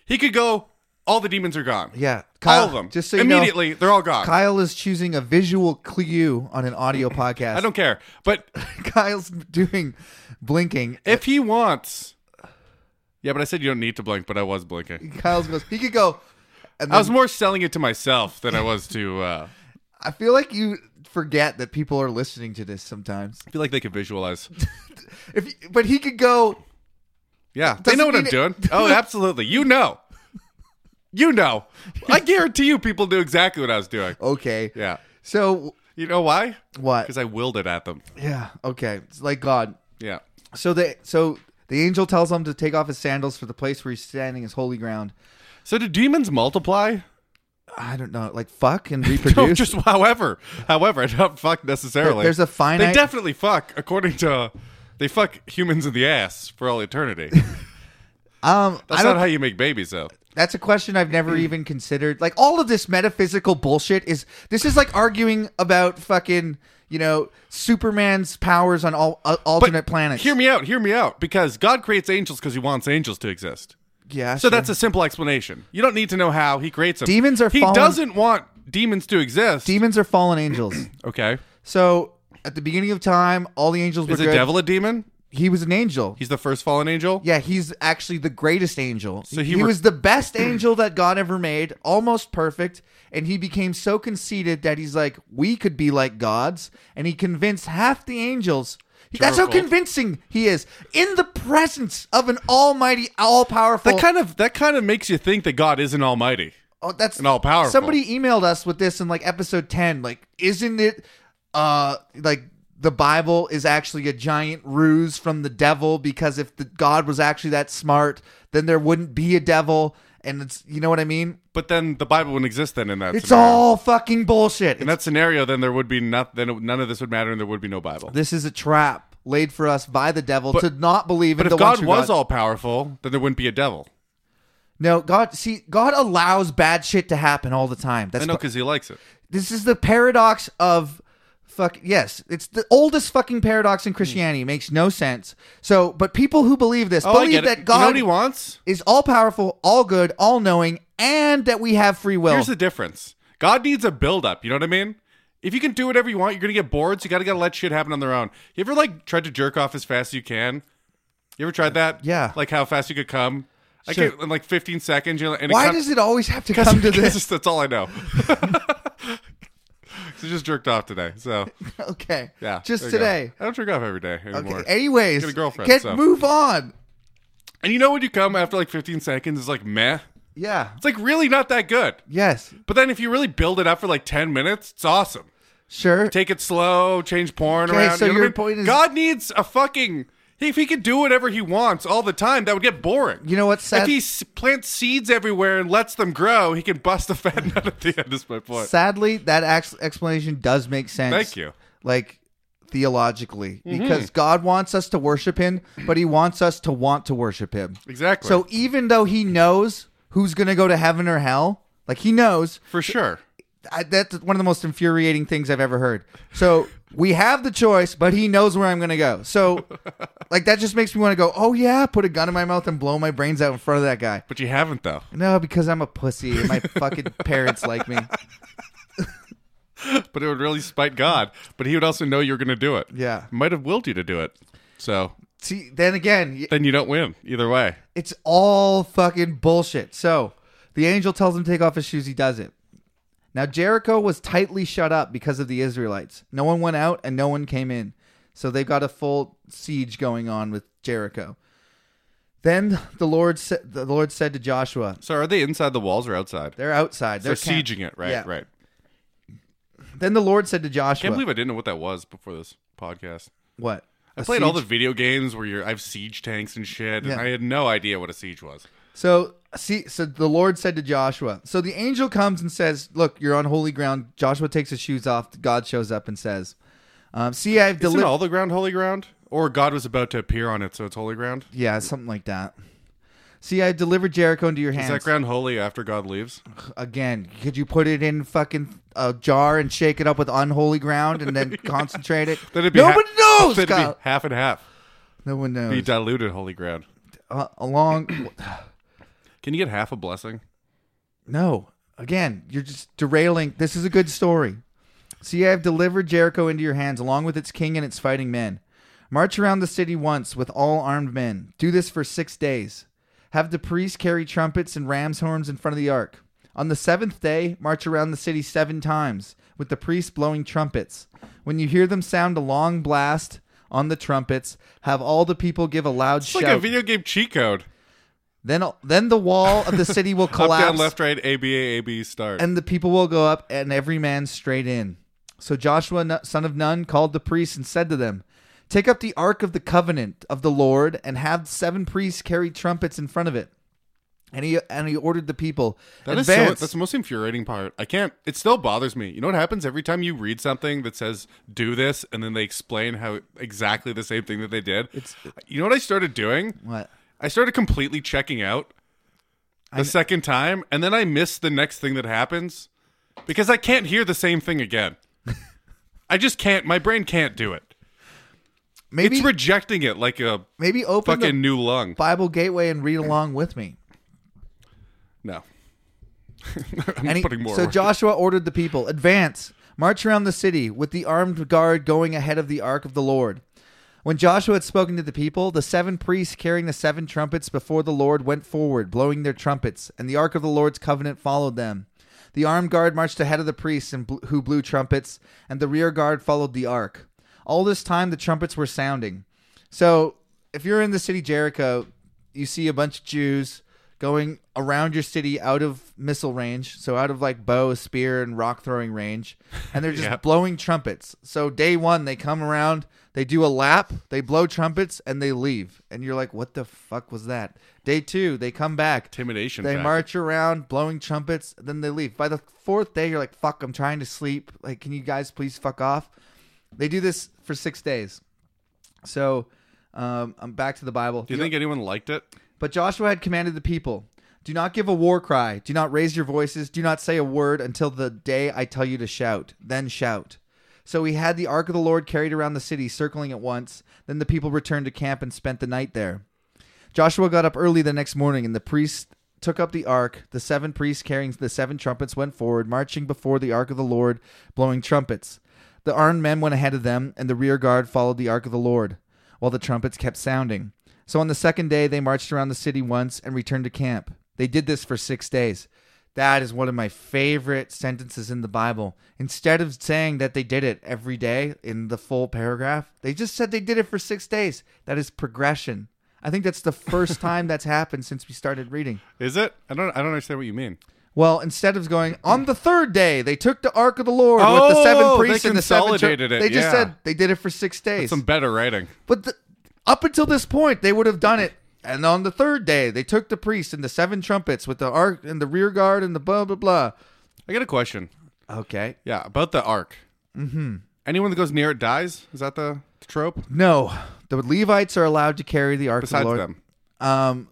He could go, all the demons are gone. Yeah, all of them. Just so you know, Immediately, they're all gone. Kyle is choosing a visual clue on an audio podcast. I don't care. But Kyle's doing blinking. if he wants. Yeah, but I said you don't need to blink, but I was blinking. Kyle's goes. He could go. And I then was more selling it to myself than I was to. Uh, I feel like you forget that people are listening to this sometimes. I feel like they could visualize. If you- but he could go. Yeah, they know what I'm Doesn't mean doing. Oh, absolutely. You know. You know. I guarantee you, people knew exactly what I was doing. Okay. Yeah. So You know why? what? Because I willed it at them. yeah. Okay. It's like God. Yeah. So the so the angel tells him to take off his sandals for the place where he's standing is holy ground. So do demons multiply? I don't know, like fuck and No, reproduce. just however, however, not fuck necessarily. There's a finite- They definitely fuck, according to. They fuck humans in the ass for all eternity. um, I That's don't. not how you make babies, though. that's a question I've never Mm-hmm. even considered. Like all of this metaphysical bullshit is. This is like arguing about fucking you know Superman's powers on all uh, But alternate planets. Hear me out. Hear me out. Because God creates angels because He wants angels to exist. Yeah. So that's a simple explanation. You don't need to know how he creates them. Demons are He fallen- doesn't want demons to exist. demons are fallen angels. okay. so at the beginning of time, all the angels were Is the good. devil a demon? He was an angel. He's the first fallen angel. Yeah, he's actually the greatest angel. So he, he were- was the best angel that God ever made, almost perfect. And he became so conceited that he's like, we could be like gods. And he convinced half the angels. That's how Terrible. convincing he is in the presence of an almighty, all powerful. That kind of that kind of makes you think that God isn't almighty. Oh, that's and all-powerful. Somebody emailed us with this in like episode ten. Like, isn't it uh like the Bible is actually a giant ruse from the devil because if the God was actually that smart, then there wouldn't be a devil. And it's you know what I mean? But then the Bible wouldn't exist then in that It's scenario. all fucking bullshit. in It's- that scenario then there would be not then it- none of this would matter and there would be no Bible. this is a trap laid for us by the devil to not believe in But the if one God true was God. all powerful, then there wouldn't be a devil. No, God see God allows bad shit to happen all the time. That's I know because he likes it. This is the paradox of fuck yes, it's the oldest fucking paradox in Hmm. Christianity. It makes no sense. So, but people who believe this Oh, I believe get that it. you know God what he wants? is all powerful, all good, all knowing, and that we have free will. Here's the difference. God needs a buildup. You know what I mean? If you can do whatever you want, you're gonna get bored. So you gotta gotta let shit happen on their own. You ever like tried to jerk off as fast as you can? You ever tried that? Yeah. Like how fast you could come? I Sure. can't, in like 15 seconds. You know, and Why it does it always have to come to this? That's all I know. so just jerked off today. So okay. yeah, Just there you go. today. I don't jerk off every day Okay. anymore. Anyways, Get a girlfriend, get so. move on. And you know when you come after like 15 seconds, it's like meh. Yeah. It's like really not that good. Yes. But then if you really build it up for like 10 minutes, it's awesome. Sure. take it slow, change porn Okay, around. so you know what your I mean? point is- God needs a fucking. If he could do whatever he wants all the time, that would get boring. You know what's sad? If he s- plants seeds everywhere and lets them grow, he can bust a fat nut at the end. Is my point. Sadly, that ex- explanation does make sense. Thank you. Mm-hmm. Like theologically, because God wants us to worship Him, but He wants us to want to worship Him. Exactly. So even though He knows who's going to go to heaven or hell, like He knows, for sure, I, that's one of the most infuriating things I've ever heard. So we have the choice, but He knows where I'm going to go. So, like that just makes me want to go. Oh yeah, put a gun in my mouth and blow my brains out in front of that guy. but you haven't though. No, because I'm a pussy and my fucking parents like me. But it would really spite God. But he would also know you're going to do it. Yeah. might have willed you to do it. So See, then again, y- then you don't win either way. It's all fucking bullshit. So the angel tells him to take off his shoes. He does it. Now Jericho was tightly shut up because of the Israelites. No one went out and no one came in. So they've got a full siege going on with Jericho. Then the Lord sa- the Lord said to Joshua, So are they inside the walls or outside? "They're outside. They're They're camp- sieging it, right? Yeah. Right. Then the Lord said to Joshua, Can't believe I didn't know what that was before this podcast. "What? I A played all the siege- video games where you're I have siege tanks and shit, Yeah. and I had no idea what a siege was. So see, so the Lord said to Joshua. So the angel comes and says, "Look, you're on holy ground." Joshua takes his shoes off. God shows up and says, um, "See, I've Isn't delivered." all the ground holy ground? Or God was about to appear on it, so it's holy ground? yeah, something like that. See, I've delivered Jericho into your Is hands. that ground holy after God leaves? Again, could you put it in fucking a jar and shake it up with unholy ground and then concentrate it? Then it'd be Nobody ha- knows, then it'd be Kyle. half and half. No one Be knows. diluted holy ground. Uh, along, Can you get half a blessing? no. Again, you're just derailing. This is a good story. See, I have delivered Jericho into your hands, along with its king and its fighting men. March around the city once with all armed men. Do this for six days. Have the priests carry trumpets and ram's horns in front of the ark. On the seventh day, march around the city seven times, with the priests blowing trumpets. When you hear them sound a long blast on the trumpets, have all the people give a loud It's shout. like a video game cheat code. Then, then the wall of the city will collapse, Up, down, left, right, A, B, A, A, B, start. and the people will go up, and every man straight in. So Joshua, nu- son of Nun, called the priests and said to them, "Take up the ark of the covenant of the Lord, and have seven priests carry trumpets in front of it." And he and he ordered the people, That is so- "Advance." that's the most infuriating part. I can't. It still bothers me. You know what happens every time you read something that says "do this" and then they explain how exactly the same thing that they did. It's- you know what I started doing? what? I started completely checking out the second time, and then I miss the next thing that happens because I can't hear the same thing again. I just can't. My brain can't do it. Maybe it's rejecting it like a maybe open fucking the new lung. Bible Gateway and read along with me. No. I'm And he- putting more. so work. Joshua ordered the people, advance, march around the city with the armed guard going ahead of the ark of the Lord. When Joshua had spoken to the people, the seven priests carrying the seven trumpets before the Lord went forward, blowing their trumpets, and the ark of the Lord's covenant followed them. The armed guard marched ahead of the priests and bl- who blew trumpets, and the rear guard followed the ark. All this time, the trumpets were sounding. So, if you're in the city Jericho, you see a bunch of Jews going around your city out of missile range, so out of like bow, spear, and rock throwing range, and they're just Yep. blowing trumpets. So day one, they come around, they do a lap, they blow trumpets, and they leave. And you're like, what the fuck was that? Day two, they come back, Intimidation. they factor. march around blowing trumpets, then they leave. By the fourth day, you're like, fuck, I'm trying to sleep. Like, can you guys please fuck off? They do this for six days. So, um, I'm back to the Bible. Do you think anyone liked it? But Joshua had commanded the people Do not give a war cry. Do not raise your voices. Do not say a word until the day I tell you to shout. Then shout. So he had the ark of the Lord carried around the city, circling it once. Then the people returned to camp and spent the night there. Joshua got up early the next morning, and the priests took up the ark. The seven priests carrying the seven trumpets went forward, marching before the ark of the Lord, blowing trumpets. The armed men went ahead of them, and the rear guard followed the ark of the Lord, while the trumpets kept sounding. So on the second day, they marched around the city once and returned to camp. They did this for six days. That is one of my favorite sentences in the Bible. Instead of saying that they did it every day in the full paragraph, they just said they did it for six days. That is progression. I think that's the first time that's happened since we started reading. Is it? I don't. I don't understand what you mean. Well, instead of going on the third day, they took the Ark of the Lord with the Oh, seven they priests and the seven. Chur- consolidated it, they just yeah. said they did it for six days. Some better writing. But the, up until this point, they would have done it. And on the third day, they took the priests and the seven trumpets with the ark and the rear guard and the blah blah blah. I got a question. Okay. Yeah, about the ark. Mm-hmm. Anyone that goes near it dies. Is that the, the trope? No, the Levites are allowed to carry the ark. of the Besides Lord. them, Um,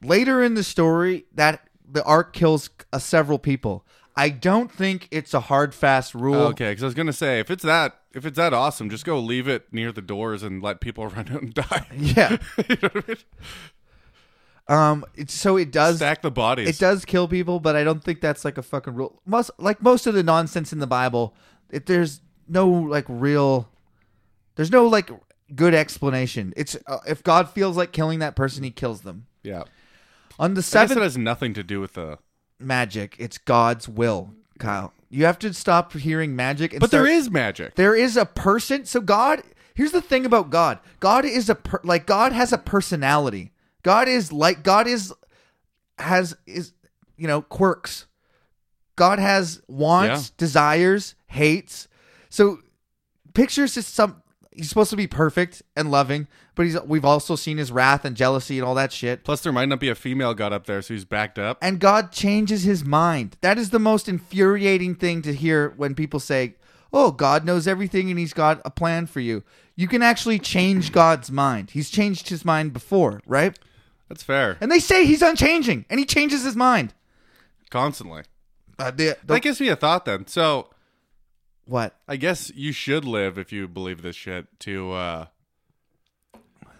later in the story, that the ark kills uh, several people. I don't think it's a hard fast rule. okay. Because I was gonna say, if it's that, if it's that awesome, just go leave it near the doors and let people run out and die. Yeah. you know what I mean? Um. It's, so it does. Stack the bodies. It does kill people, but I don't think that's like a fucking rule. Most like most of the nonsense in the Bible, if there's no like real, there's no like good explanation. It's uh, if God feels like killing that person, he kills them. Yeah. On the I guess it seventh has nothing to do with the. magic, it's God's will, Kyle. You have to stop hearing magic. And But there start- is magic. there is a person. So God, here's the thing about God. God is a per, like God has a personality. God is like God is has is you know quirks. God has wants, Yeah. desires, hates. So pictures just some he's supposed to be perfect and loving, but he's we've also seen his wrath and jealousy and all that shit. Plus, there might not be a female got up there, so he's backed up. And God changes his mind. That is the most infuriating thing to hear when people say, "Oh, God knows everything and he's got a plan for you." You can actually change God's mind. He's changed his mind before, right? That's fair. And they say he's unchanging, and he changes his mind. Constantly. Uh, the, the- That gives me a thought then. So what? I guess you should live if you believe this shit to uh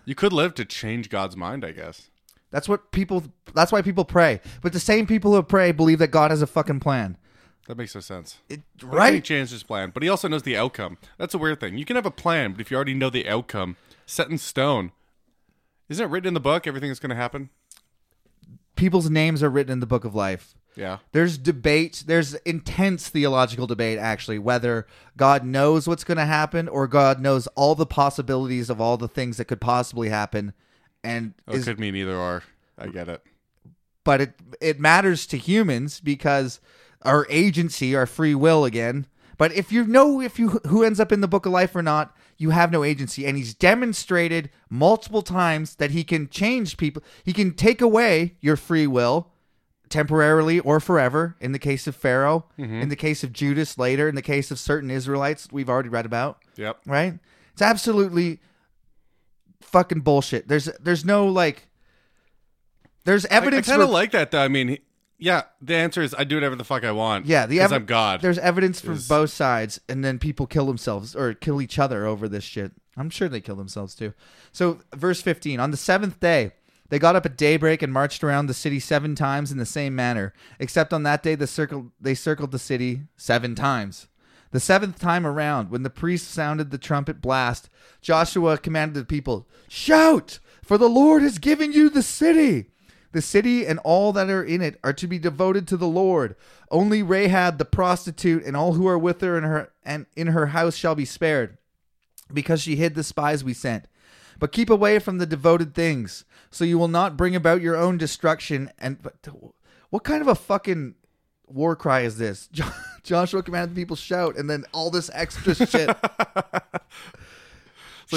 you could live to change God's mind, I guess. That's what people. That's why people pray. But the same people who pray believe that God has a fucking plan, That makes no sense. It- But then He right? changed his plan, but he also knows the outcome. That's a weird thing. You can have a plan, but if you already know the outcome, set in stone, isn't it written in the book everything that's going to happen? People's names are written in the book of life. Yeah. There's debate. There's intense theological debate, actually, whether God knows what's going to happen or God knows all the possibilities of all the things that could possibly happen, and Oh, is it could mean either or. I get it. but it it matters to humans because our agency, our free will again. But if you know if you who ends up in the book of life or not, you have no agency. And he's demonstrated multiple times that he can change people. He can take away your free will temporarily or forever. In the case of Pharaoh, Mm-hmm. in the case of Judas later, in the case of certain Israelites we've already read about Yep. right? It's absolutely fucking bullshit. There's there's no like there's I, evidence kind of for- like that though. I mean, he- yeah, the answer is I do whatever the fuck I want. yeah, the because evi- I'm God. There's evidence from is- both sides and then people kill themselves or kill each other over this shit. I'm sure they kill themselves too. So verse 15, on the 7th day they got up at daybreak and marched around the city 7 times in the same manner, except on that day the circle they circled the city 7 times. The seventh time around, when the priest sounded the trumpet blast, Joshua commanded the people, Shout, for the Lord has given you the city. The city and all that are in it are to be devoted to the Lord. Only Rahab the prostitute and all who are with her in her and in her house shall be spared, because she hid the spies we sent. But keep away from the devoted things, so you will not bring about your own destruction. And but what kind of a fucking war cry is this? Jo- Joshua commanded the people shout, and then all this extra shit. So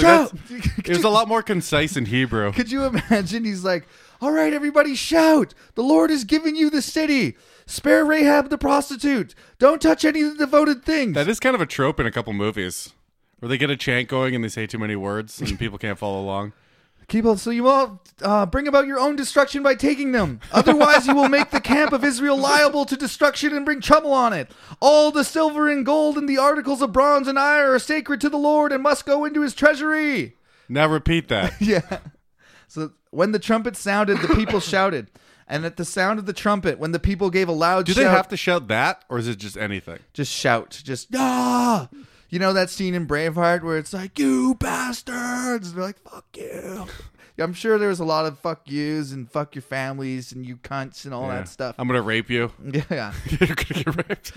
shout! It was a lot more concise in Hebrew. Could you imagine? He's like, all right, everybody shout. The Lord has given you the city. Spare Rahab the prostitute. Don't touch any of the devoted things. That is kind of a trope in a couple movies where they get a chant going and they say too many words and people can't follow along. Keep up, so you will uh, bring about your own destruction by taking them. Otherwise, you will make the camp of Israel liable to destruction and bring trouble on it. All the silver and gold and the articles of bronze and iron are sacred to the Lord and must go into his treasury. Now repeat that. Yeah. So when the trumpet sounded, the people shouted. And at the sound of the trumpet, when the people gave a loud Do shout, they have to shout that or is it just anything? just shout, just ah. You know that scene in Braveheart where it's like you bastards, and they're like fuck you. I'm sure there was a lot of fuck yous and fuck your families and you cunts and all Yeah. that stuff. I'm going to rape you. yeah. You're going to get raped.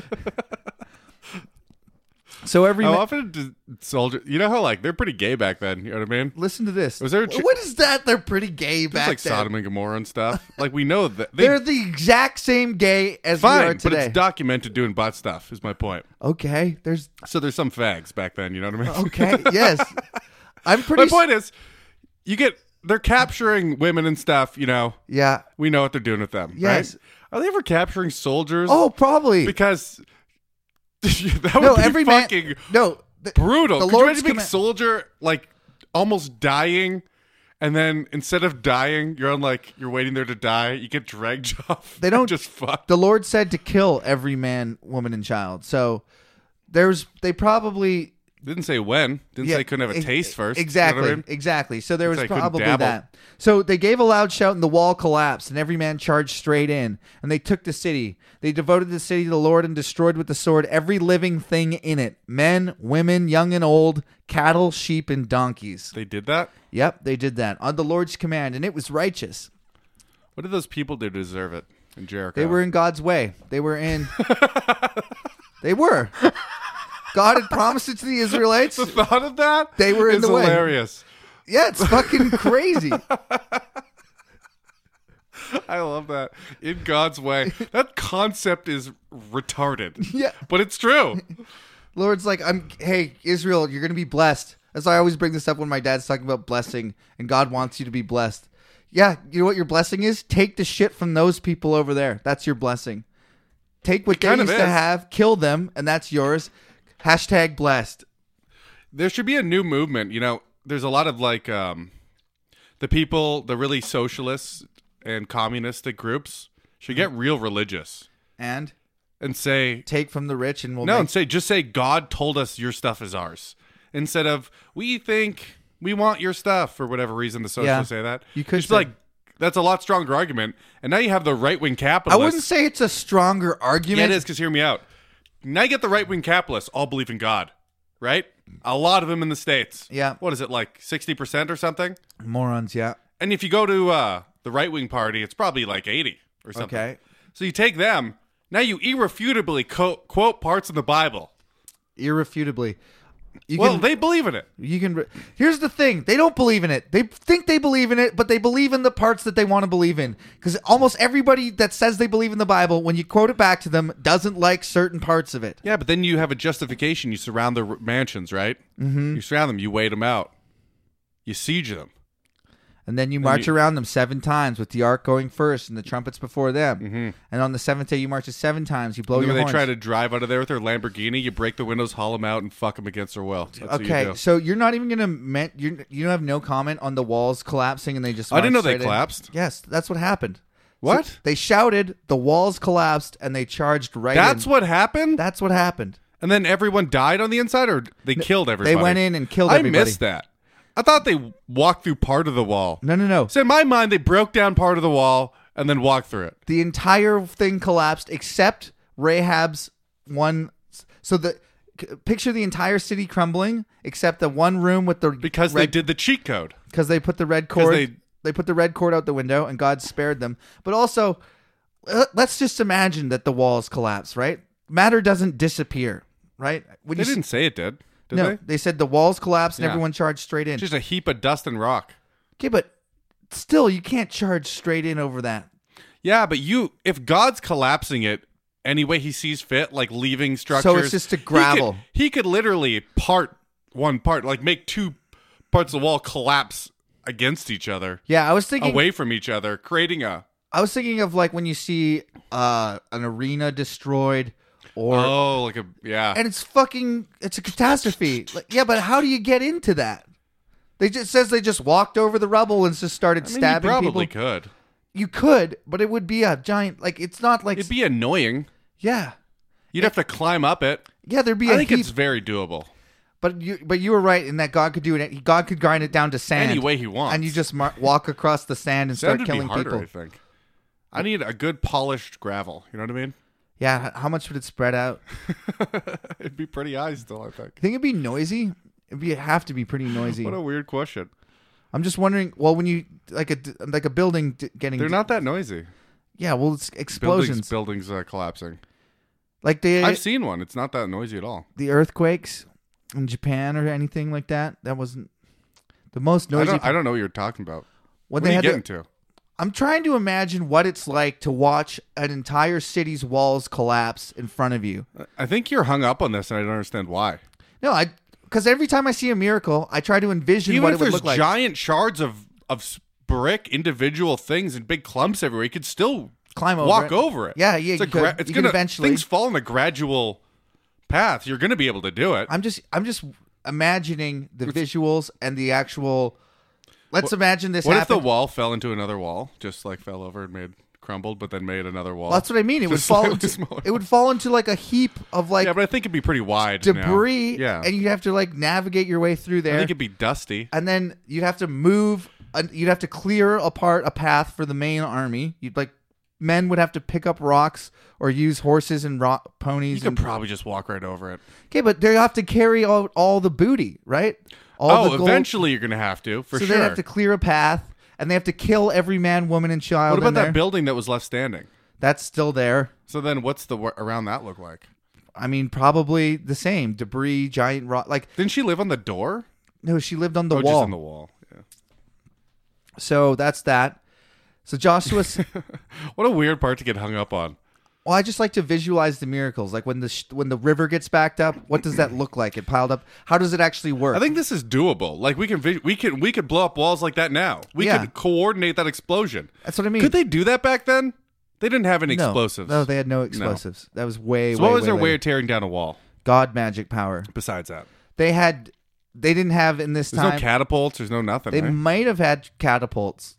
So every how ma- often did soldiers, you know how like they're pretty gay back then, you know what I mean? listen to this. Was there a ch- what is that? They're pretty gay It's back like then. Sodom and Gomorrah and stuff. Like we know that they, They're the exact same gay as we are fine, but today. it's documented doing bot stuff is my point. okay, there's So there's some fags back then, you know what I mean? okay, yes. I'm pretty. my s- point is, you get they're capturing women and stuff. You know, Yeah. we know what they're doing with them. Yes. Right? Are they ever capturing soldiers? Oh, probably. because that would no, be every man. fucking No. th- brutal. the Could you Lord's imagine being a command- soldier like almost dying? And then instead of dying, you're on like you're waiting there to die. You get dragged off. They don't- just fuck. the Lord said to kill every man, woman, and child. So there's they probably Didn't say when. Didn't yeah, say couldn't have a ex- taste first. You know Exactly, what I mean? exactly. So there was like couldn't probably dabble. that. So they gave a loud shout, and the wall collapsed, and every man charged straight in, and they took the city. They devoted the city to the Lord and destroyed with the sword every living thing in it: men, women, young and old, cattle, sheep, and donkeys. They did that. Yep, they did that on the Lord's command, and it was righteous. What did those people do to deserve it in Jericho? They were in God's way. They were in. they were. God had promised it to the Israelites. thought of that? They were in is the way. hilarious. Yeah, it's fucking crazy. I love that. In God's way. That concept is retarded. Yeah. But it's true. Lord's like, I'm. Hey, Israel, you're gonna be blessed. That's why I always bring this up when my dad's talking about blessing, and God wants you to be blessed. Yeah, you know what your blessing is? Take the shit from those people over there. That's your blessing. Take what they kind used of to is. have, kill them, and that's yours. Hashtag blessed. There should be a new movement. You know, there's a lot of like um, the people, the really socialist and communistic groups should get real religious And and say, take from the rich, and we'll No, make- and say just say God told us your stuff is ours instead of we think we want your stuff for whatever reason the socialists Yeah. say that. You could just say- be like that's a lot stronger argument, and now you have the right wing I capitalists. wouldn't say it's a stronger yeah, argument. it is because hear me out. Now you get the right wing capitalists all believe in God, right? A lot of them in the states. Yeah. what is it like sixty percent or something? Morons, yeah. And if you go to uh, the right wing party, it's probably like eighty or something. Okay. So you take them. Now you irrefutably co- quote parts of the Bible. Irrefutably. You Well, can- they believe in it. You can. Re- Here's the thing: they don't believe in it. They think they believe in it, but they believe in the parts that they want to believe in. Because almost everybody that says they believe in the Bible, when you quote it back to them, doesn't like certain parts of it. Yeah, but then you have a justification. You surround the r- mansions, right? Mm-hmm. You surround them. You wait them out. You siege them. And then you march you- around them seven times with the ark going first and the trumpets before them. And on the seventh day, you march it seven times. You blow When your Mm-hmm. they horns. try to drive out of there with their Lamborghini, you break the windows, haul them out, and fuck them against their will. That's what you okay, do. so you're not even gonna men- you you don't have no comment on the walls collapsing and they just. I didn't marched know they straight in. collapsed. Yes, that's what happened. What? So they shouted, the walls collapsed, and they charged right. That's in. what happened. That's what happened. and then everyone died on the inside, or they killed everybody. went in and killed I everybody. missed that. I thought they walked through part of the wall. No, no, no. So in my mind, they broke down part of the wall and then walked through it. the entire thing collapsed except Rahab's one. So the c- picture the entire city crumbling except the one room with the Because they red, did the cheat code. because they put the red cord they- they put the red cord out the window and God spared them. But also, uh, let's just imagine that the walls collapse. Right, matter doesn't disappear. Right? When They s- didn't say it did, did No, they? they? said the walls collapsed and Yeah. everyone charged straight in. Just a heap of dust and rock. okay, but still, you can't charge straight in over that. Yeah, but you if God's collapsing it any way he sees fit, like leaving structures. just a he could- gravel. He could, literally part one part, like make two parts of the wall collapse against each other, Yeah, I was thinking away from each other, creating a I was thinking of like when you see uh, an arena destroyed, or oh, like a yeah. and it's fucking it's a catastrophe. Like, yeah, but how do you get into that? They just says they just walked over the rubble and just started I mean, you stabbing probably people. could. You could, but it would be a giant like it's not like It'd be annoying. yeah You'd have to climb up it. yeah there'd be I a think heap. it's very doable. But you but you were right in that God could do it. God could grind it down to sand Any way he wants. and you just mar- walk across the sand and Sand start would be killing harder, people. I think. I need a good polished gravel. You know what I mean? Yeah, h- how much would it spread out? I It'd be pretty high still, I think. think it'd be noisy. It'd be it'd have to be pretty noisy. What a weird question. I'm just wondering. Well, when you like a like a building d- getting They're not that noisy. yeah. Well, it's Buildings, explosions buildings uh, collapsing. like the I've seen one. It's not that noisy at all. the earthquakes in Japan or anything like that. That wasn't the most I noisy. don't, I don't know what you're talking about. when What they are you had getting to, to? I'm trying to imagine what it's like to watch an entire city's walls collapse in front of you. I think you're hung up on this, and I don't understand why. No, I because every time I see a miracle, I try to envision Even what if it would there's look like. giant shards of of s- brick, individual things, and big clumps everywhere, you could still Climb over walk it. over it. Yeah, yeah, It's, you a gra- could- it's you could gonna eventually. things fall in a gradual path. You're gonna be able to do it. I'm just I'm just imagining the visuals and the actual. Let's imagine this. what if happened. the wall fell into another wall, just like fell over and made crumbled, but then made another wall? Well, that's what I mean. It would Just fall. slightly Into, smaller. it would fall into like a heap of like yeah, but I think it'd be pretty wide. now. debris, Yeah, and you'd have to like navigate your way through I there, think it'd be dusty. and then you'd have to move. and You'd have to clear apart a path for the main army. You'd like men would have to pick up rocks or use horses and rock ponies. You could And, probably just walk right over it. okay, but they have to carry all all the booty, right? All oh, the gold. eventually you're gonna have to for so sure. they have to clear a path, and they have to kill every man, woman, and child. what in about there. that building that was left standing? That's still there. So then, what's the wor- around that look like? I mean, probably the same debris, giant rock. Like Didn't she live on the door? no, she lived on the Oh, wall. just on the wall. Yeah. So that's that. So Joshua's. What a weird part to get hung up on. well, I just like to visualize the miracles, like when the sh- when the river gets backed up. What does that look like? It piled up. How does it actually work? I think this is doable. Like we can vi- we can we could blow up walls like that now. We Yeah. could coordinate that explosion. that's what I mean. Could they do that back then? They didn't have any no, explosives. No, they had no explosives. That was way. so way, what was way their later. way of tearing down a wall god magic power? besides that? They had. They didn't have in this There's time. no catapults. There's no nothing. They right? might have had catapults.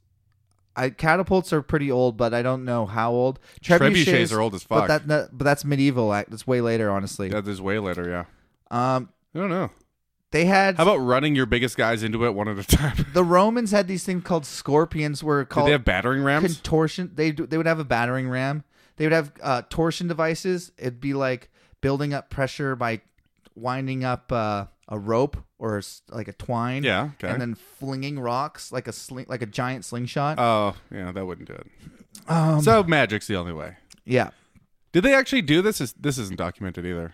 I, catapults are pretty old, but I don't know how old. Trebuchets, Trebuchets are old as But, fuck. that, that- but that's medieval. act. That's way later, honestly. That is way later. Yeah. Um, I don't know. they had How about running your biggest guys into it one at a time? the Romans had these things called scorpions, were Did called they have battering rams? contortion. They do- they would have a battering ram. They would have uh, torsion devices. It'd be like building up pressure by winding up uh, a rope or s- like a twine. Yeah, okay. And then flinging rocks like a sling, like a giant slingshot. Oh, yeah, that wouldn't do it. Um, so magic's the only way. yeah. Did they actually do this? Is this isn't documented either?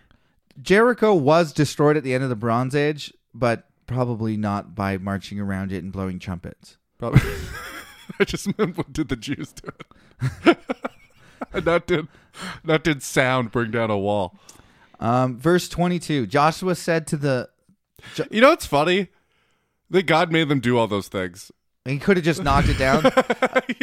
Jericho was destroyed at the end of the Bronze Age, but probably not by marching around it and blowing trumpets. Probably. I just meant what did the Jews do? And that did that did sound bring down a wall. Um, verse 22 Joshua said to the. You know what's funny? That God made them do all those things. He could have just knocked it down.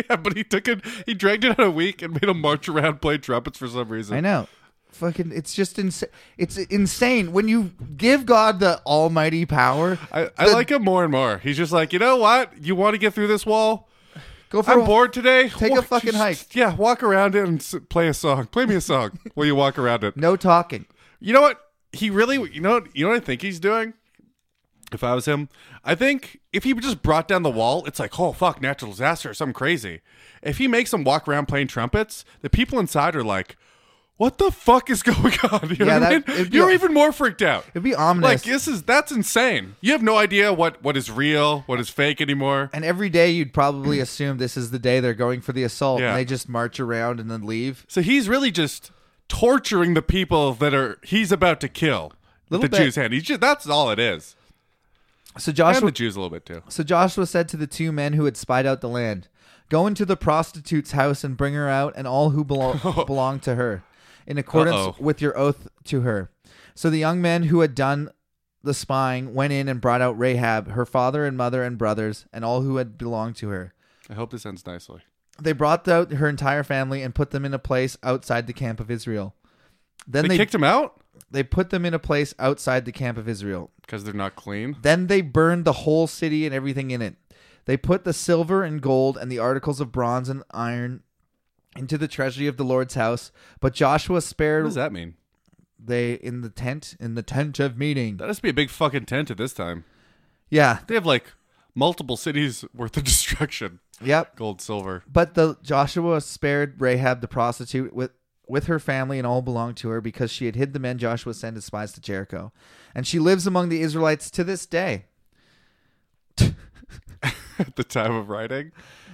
yeah, but he took it. He dragged it out a week and made them march around, play trumpets for some reason. I know. Fucking, it's just insane. It's insane when you give God the almighty power. I, I like him more and more. He's just like, you know what? You want to get through this wall? Go for I'm a- bored today. take a Walk- fucking hike. Yeah, walk around it and s- play a song. Play me a song while you walk around it. No talking. You know what? He really. You know. what- You know what I think he's doing. If I was him, I think if he just brought down the wall, it's like, oh fuck, natural disaster or something crazy. If he makes them walk around playing trumpets, the people inside are like, what the fuck is going on? You know Yeah, what I that- mean? it'd be- You're even more freaked out. It'd be ominous. Like this is that's insane. You have no idea what what is real, what is fake anymore. and every day you'd probably assume this is the day they're going for the assault, Yeah. and they just march around and then leave. So he's really just torturing the people that are he's about to kill. with Little the bit. Jews hand. He's just, that's all it is. So And Joshua the Jews a little bit too. So Joshua said to the two men who had spied out the land, Go into the prostitute's house and bring her out and all who belo- belong to her, in accordance Uh-oh. with your oath to her. So the young men who had done the spying went in and brought out Rahab, her father and mother and brothers, and all who had belonged to her. I hope this ends nicely. They brought out her entire family and put them in a place outside the camp of Israel. Then They, they, kicked him out they put them in a place outside the camp of Israel. because they're not clean. Then they burned the whole city and everything in it. They put the silver and gold and the articles of bronze and iron into the treasury of the Lord's house. But Joshua What spared does that mean? they in the tent, in the tent of meeting. That has to be a big fucking tent at this time. Yeah. They have like multiple cities worth of destruction. Yep. Gold, silver. But the Joshua spared Rahab the prostitute with with her family and all who belonged to her because she had hid the men Joshua sent as spies to Jericho. And she lives among the Israelites to this day. At the time of writing,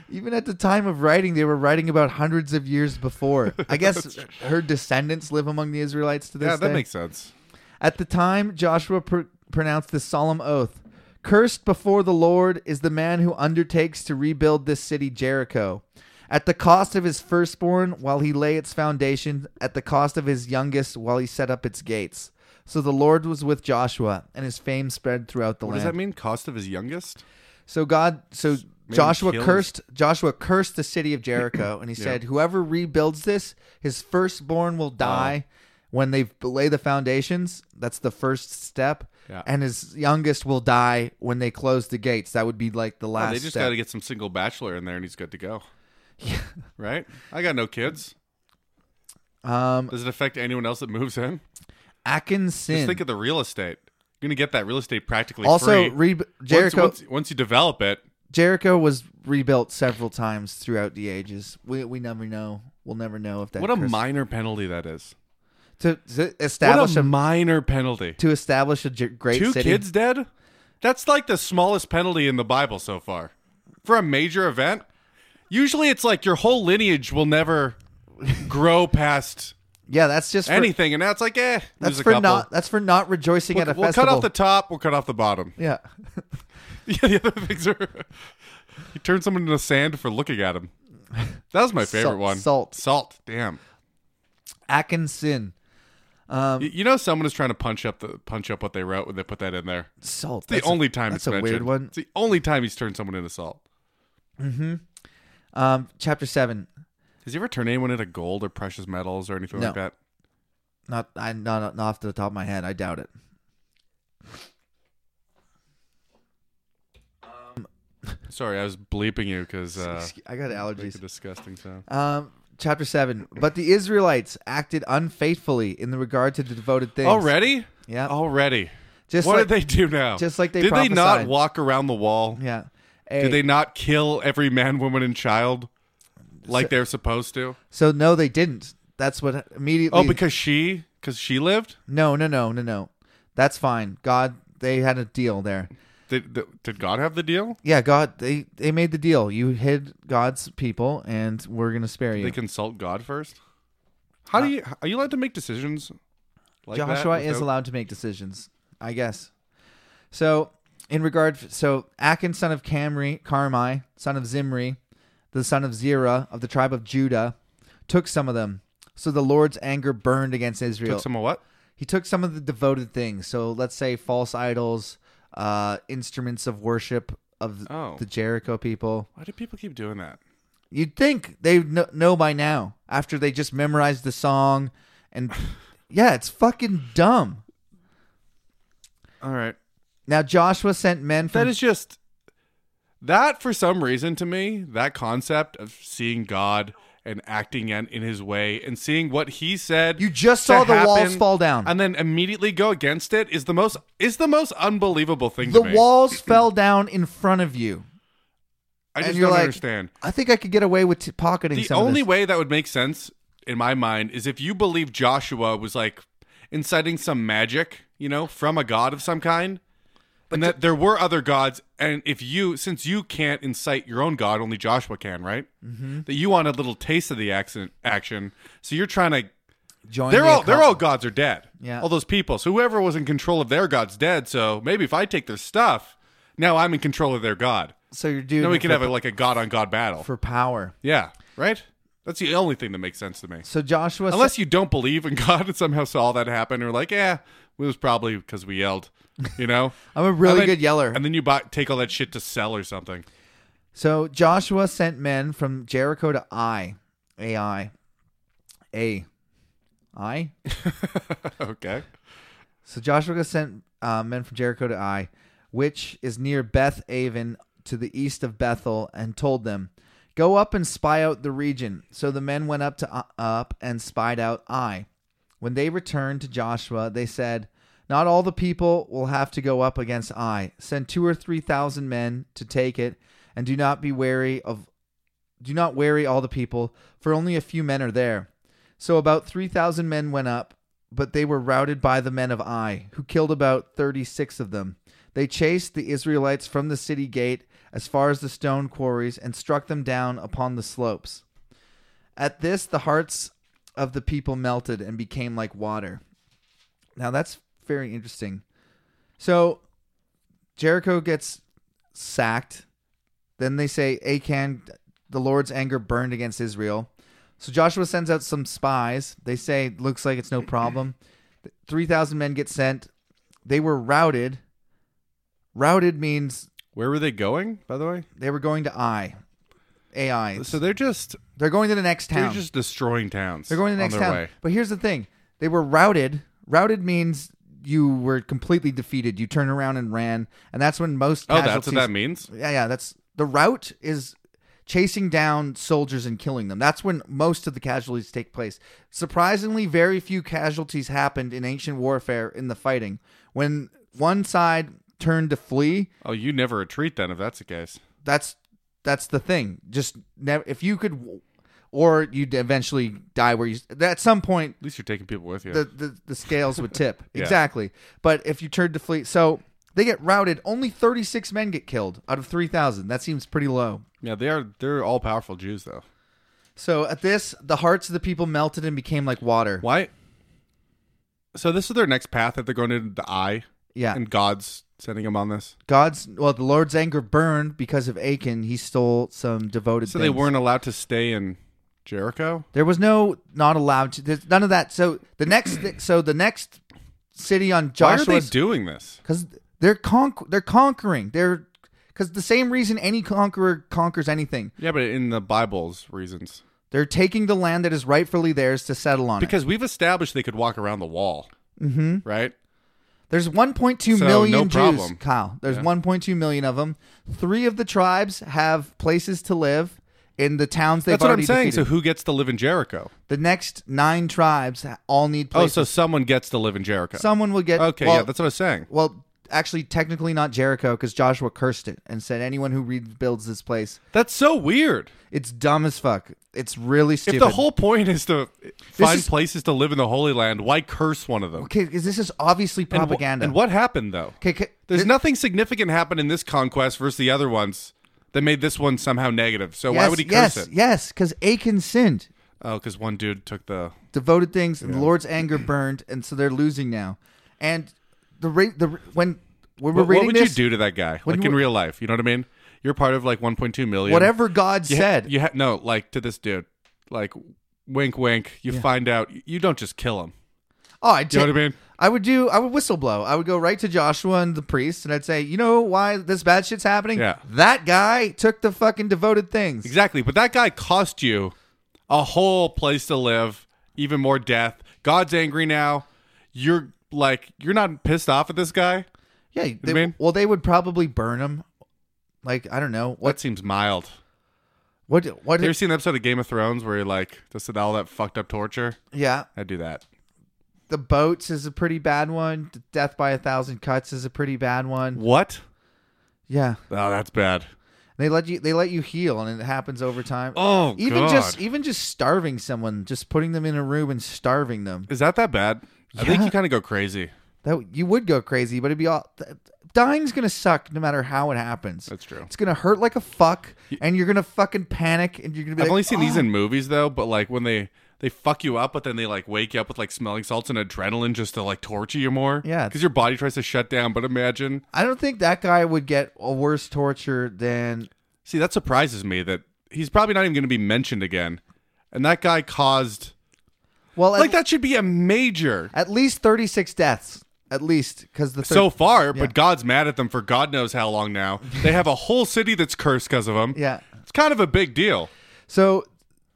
Even at the time of writing, they were writing about hundreds of years before. I guess her descendants live among the Israelites to this yeah, that day. makes sense. at the time, Joshua pr- pronounced this solemn oath Cursed before the Lord is the man who undertakes to rebuild this city, Jericho. At the cost of his firstborn, while he lay its foundation, at the cost of his youngest, while he set up its gates. So the Lord was with Joshua, and his fame spread throughout the What land. does that mean? Cost of his youngest? So God, so Joshua kills- cursed Joshua cursed the city of Jericho, and he said, "Whoever rebuilds this, his firstborn will die when they lay the foundations. That's the first step, Yeah. and his youngest will die when they close the gates. That would be like the last. they just step. got to get some single bachelor in there, and he's good to go. Right? I got no kids. um Does it affect anyone else that moves in? Akin Just sin. think of the real estate. You're gonna get that real estate practically Also, free. re- Once- Jericho Once, once, you develop it, Jericho was rebuilt several times throughout the ages. We we never know. We'll never know if that. what a curse- minor penalty that is. to, to establish What a a, minor penalty. to establish a ge- great Two city. kids dead? That's like the smallest penalty in the Bible so far for a major event. Usually, it's like your whole lineage will never grow past Yeah, that's just for, anything, and that's like, eh, That's there's a for couple. not. That's for not rejoicing We'll, at a we'll cut festival. off the top. We'll cut off the bottom. yeah, Yeah, the other things are. He turned someone into sand for looking at him. That was my favorite Salt- one. salt. Salt. Damn. Atkinson. Um, Y- You know someone is trying to punch up the punch up what they wrote when they put that in there. It's Salt. the That's a- only time That's it's a mentioned. weird one. It's the only time he's turned someone into salt. Um, chapter seven. Has he ever turned anyone into gold or precious metals or anything No. like that? Not I not, not off the top of my head. I doubt it. Sorry, I was bleeping you because uh, Excuse- I got make a allergies. disgusting sound. Um, chapter seven. But the Israelites acted unfaithfully in the regard to the devoted things. Already? Yeah. Already. Just Oh, what like- did they do now? just like they did. They not prophesied. walk around the wall. Yeah. Did Hey, they not kill every man, woman, and child like they're supposed to? So no, they didn't. That's what immediately. Oh, because she, because she lived. no, no, no, no, no. That's fine. God, they had a deal there. Did th- did God have the deal? Yeah, God, they they made the deal. You hid God's people, and we're gonna spare you. They consult God first. How do you? Are you allowed to make decisions? Like that Uh, Joshua is without- allowed to make decisions, I guess. So, in regard, so Achan, son of Camri, Carmi, son of Zimri, the son of Zerah of the tribe of Judah, took some of them. So the Lord's anger burned against Israel. Took some of what? he took some of the devoted things. So let's say false idols, uh, instruments of worship of Oh. the Jericho people. Why do people keep doing that? You'd think they kn- know by now after they just memorized the song, and yeah, it's fucking dumb. All right, Now Joshua sent men from that is just that for some reason to me that concept of seeing God and acting in, in His way and seeing what He said. You just to saw the walls happen fall down. and then immediately go against it is the most is the most unbelievable thing. the to me. walls fell down in front of you. I and just you're don't like, understand. I think I could get away with t- pocketing The some only of this. way that would make sense in my mind is if you believe Joshua was like inciting some magic, you know, from a god of some kind. and that there were other gods, and if you, since you can't incite your own god, only Joshua can, right? Mm-hmm. That you want a little taste of the accent action, so you're trying to. Join They're the all they're all occult. gods are dead. Yeah. all those people. So whoever was in control of their god's dead. So maybe if I take their stuff, now I'm in control of their god. So you're doing Then we it could for, have a, like a god on god battle. for power. Yeah, right? That's the only thing that makes sense to me. So Joshua, sent- Unless you don't believe in God and somehow saw all that happen, or like, yeah, it was probably because we yelled, you know? I'm a really And then- good yeller. And then you buy, take all that shit to sell or something. so Joshua sent men from Jericho to Ai, Ai, A, I. okay. So Joshua sent uh, men from Jericho to Ai, which is near Beth Avon to the east of Bethel, and told them, "Go up and spy out the region." So the men went up to uh, up and spied out Ai. When they returned to Joshua, they said, "Not all the people will have to go up against Ai. Send two or three thousand men to take it, and do not be wary of do not weary all the people, for only a few men are there. So about 3,000 men went up, but they were routed by the men of Ai, who killed about 36 of them. They chased the Israelites from the city gate as far as the stone quarries and struck them down upon the slopes. At this, the hearts of the people melted and became like water. Now that's very interesting. So Jericho gets sacked. Then they say, Achan, the Lord's anger burned against Israel. So Joshua sends out some spies. They say, looks like it's no problem. 3,000 men get sent. They were routed. Routed means Where were they going, by the way? they were going to I. AI. So they're just They're going to the next they're town. just destroying towns. They're going to the next on their town. Way. But here's the thing: they were routed. Routed means you were completely defeated. You turned around and ran, and that's when most. Oh, Casualties, that's what that means. Yeah, yeah. That's the rout is chasing down soldiers and killing them. That's when most of the casualties take place. Surprisingly, very few casualties happened in ancient warfare in the fighting when one side turned to flee Oh, you never retreat then, if that's the case. that's that's the thing. Just never if you could, or you'd eventually die where you. At some point, At least you're taking people with you. the the, the scales would tip Yeah. exactly. But if you turned to flee, so they get routed. Only thirty six men get killed out of three thousand. That seems pretty low. yeah, they are. They're all powerful Jews, though. So at this, the hearts of the people melted and became like water. Why? So this is their next path that they're going into the eye. Yeah. And God's sending him on this? God's well, the Lord's anger burned because of Achan. He stole some devoted. So they things. weren't allowed to stay in Jericho. There was no not allowed to. There's none of that. So the next, thi- so the next city on Why are Joshua, they doing this? because they're conq- they're conquering. They're because the same reason any conqueror conquers anything. Yeah, but in the Bible's reasons, They're taking the land that is rightfully theirs to settle on. it. because we've established they could walk around the wall, mm-hmm. right? There's 1.2 So, million no Jews, problem. Kyle. There's 1.2 million of them. Three of the tribes have places to live in the towns they've That's what already I'm saying. defeated. So who gets to live in Jericho? the next nine tribes ha- all need Oh, places. so someone gets to live in Jericho. Someone will get okay, yeah, well, that's what I was saying. Well, actually, technically not Jericho because Joshua cursed it and said, "Anyone who rebuilds this place, That's so weird. it's dumb as fuck. It's really If stupid." the whole point is to find is- places to live in the Holy Land, why curse one of them? okay, because this is obviously And wh- propaganda. And, what happened though? Okay, okay, There's thi- nothing significant happened in this conquest versus the other ones that made this one somehow negative. So why yes, would he curse yes, it? yes, because Achan sinned, Oh, because one dude took the. devoted things, and the Lord's anger burned, and so they're losing now. And the rate, the ra- when we were What, reading what would this, you do to that guy? when Like you in were- real life, you know what I mean? You're part of like 1.2 million. whatever God you ha- said, you ha- no, like to this dude, like wink, wink. You find out you don't just kill him. Oh, I You know what I mean? I would do. I would whistleblow. I would go right to Joshua and the priest, and I'd say, "You know why this bad shit's happening? Yeah. That guy took the fucking devoted things. Exactly. But that guy cost you a whole place to live, even more death. God's angry now. You're like you're not pissed off at this guy. Yeah. They, mean? Well, they would probably burn him. Like I don't know That what seems mild. what what. You ever seen an episode of Game of Thrones where you're like just all that fucked up torture? yeah, I'd do that. the boats is a pretty bad one. The Death by a thousand cuts is a pretty bad one. What? Yeah, Oh, that's bad. they let you they let you heal, and it happens over time. Oh, even God. just even just starving someone, just putting them in a room and starving them. Is that that bad? I think Yeah. you kind of go crazy. That you would go crazy, but it'd be all. th- Dying's gonna suck no matter how it happens. That's true. It's gonna hurt like a fuck, and you're gonna fucking panic, and you're gonna be. I've like, only seen these "Oh." in movies though, but like when they they fuck you up, but then they like wake you up with like smelling salts and adrenaline just to like torture you more. Yeah. because your body tries to shut down. But imagine, I don't think that guy would get a worse torture than. see, that surprises me that he's probably not even going to be mentioned again. And that guy caused Well, at, like that should be a major at least thirty six deaths, at least, because the thir- so far. yeah. But God's mad at them for God knows how long now. they have a whole city that's cursed because of him. yeah. it's kind of a big deal. So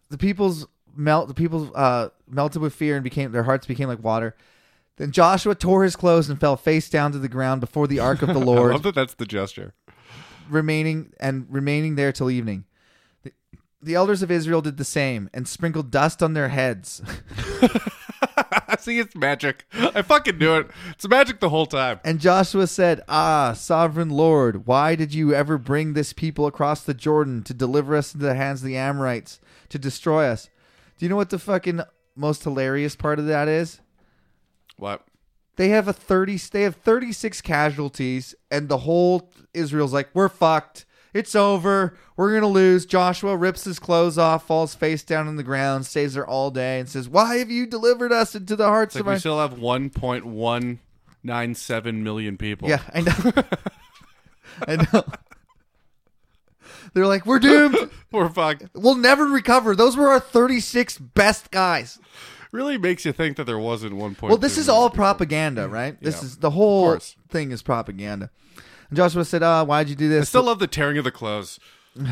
the people's melt the people's uh melted with fear and became their hearts became like water. Then Joshua tore his clothes and fell face down to the ground before the ark of the I Lord. love that that's the gesture. remaining and remaining there till evening. The, the elders of Israel did the same and sprinkled dust on their heads. see, it's magic. I fucking knew it. It's magic the whole time. And Joshua said, Ah, sovereign Lord, why did you ever bring this people across the Jordan to deliver us into the hands of the Amorites to destroy us? Do you know what the fucking most hilarious part of that is? What? They have a 30 they have 36 casualties and the whole Israel's like, "We're fucked. It's over. We're going to lose." Joshua rips his clothes off, falls face down on the ground, stays there all day and says, "Why have you delivered us into the hearts Like of we our still have 1.197 million people. Yeah, I know. I know. They're like, "We're doomed. We're fucked. We'll never recover. Those were our 36 best guys." Really makes you think that there wasn't 1. Well, this is all propaganda, right? This Yeah. is the whole course. thing is propaganda. And Joshua said, "Uh, why'd you do this?" I still love the tearing of the clothes.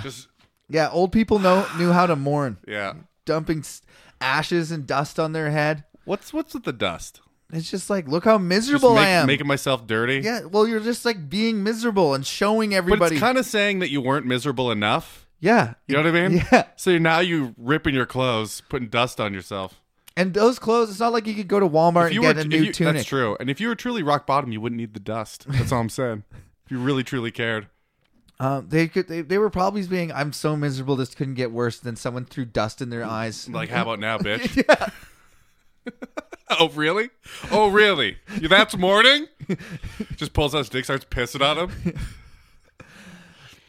Just Yeah, old people know knew how to mourn, yeah. dumping s- ashes and dust on their head. What's what's with the dust? It's just like, look how Just miserable make- I am. making myself dirty. yeah, well, you're just like being miserable and showing but everybody. it's kind of saying that you weren't miserable enough. yeah, You know what I mean? Yeah. So now you ripping your clothes, putting dust on yourself. and those clothes. It's not like you could go to Walmart If and you get were, a if new you- tunic. That's true. And if you were truly rock bottom, you wouldn't need the dust. That's all I'm saying. if you really truly cared. Um, they could. They, they were probably being. I'm so miserable. This couldn't get worse. Then someone threw dust in their eyes. Like, how about now, bitch? oh, really? Oh, really? You- That's morning? Just pulls out his dick, starts pissing on him.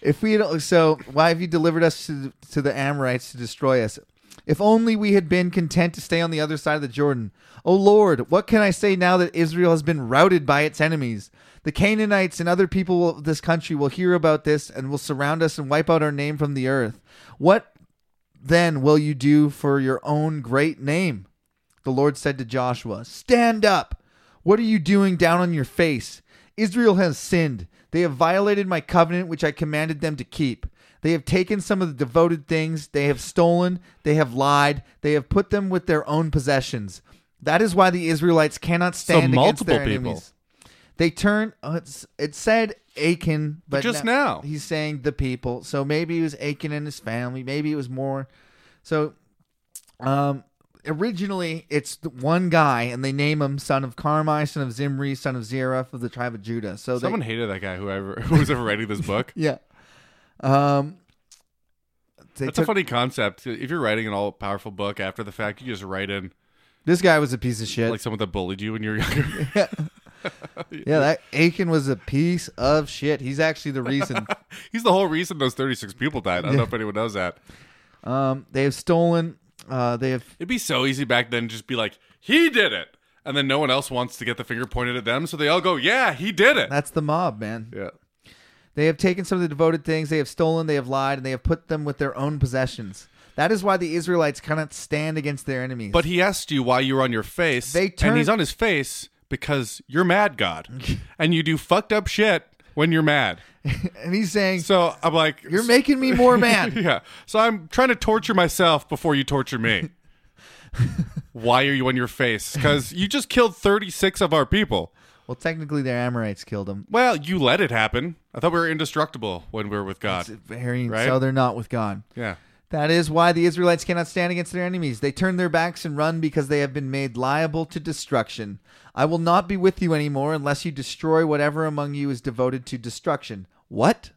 If we don't, so why have you delivered us to, to the Amorites to destroy us? If only we had been content to stay on the other side of the Jordan. O Lord, what can I say now that Israel has been routed by its enemies? The Canaanites and other people of this country will hear about this and will surround us and wipe out our name from the earth. What then will you do for your own great name? The Lord said to Joshua, Stand up! What are you doing down on your face? Israel has sinned. They have violated my covenant, which I commanded them to keep. They have taken some of the devoted things. They have stolen. They have lied. They have put them with their own possessions. That is why the Israelites cannot stand against multiple their people. enemies. They turn. Oh, it's, it said Achan, but just now. he's saying the people. So maybe it was Achan and his family. Maybe it was more. So, um, originally it's the one guy, and they name him son of Carmi, son of Zimri, son of Zerah of the tribe of Judah. So they, Someone hated that guy, whoever who was ever writing this book. yeah. Um, they That's took, a funny concept. If you're writing an all powerful book after the fact, you just write in this guy was a piece of shit. like someone that bullied you when you were younger. yeah, that Aiken was a piece of shit. He's actually the reason. He's the whole reason those 36 people died. I don't know if anyone knows that. um, they have stolen. Uh, they have It'd be so easy back then to just be like, he did it. And then no one else wants to get the finger pointed at them. So they all go, yeah, he did it. that's the mob, man. yeah. They have taken some of the devoted things, they have stolen, they have lied, and they have put them with their own possessions. That is why the Israelites cannot stand against their enemies. But he asked you why you were on your face. They turned- and he's on his face because you're mad, God. and you do fucked up shit when you're mad. and he's saying, So I'm like, You're making me more mad. yeah. So I'm trying to torture myself before you torture me. why are you on your face? Because you just killed 36 of our people. well, technically, their Amorites killed him. Well, you let it happen. I thought we were indestructible when we were with God. Very, Right? So they're not with God. Yeah. That is why the Israelites cannot stand against their enemies. They turn their backs and run because they have been made liable to destruction. I will not be with you anymore unless you destroy whatever among you is devoted to destruction. What?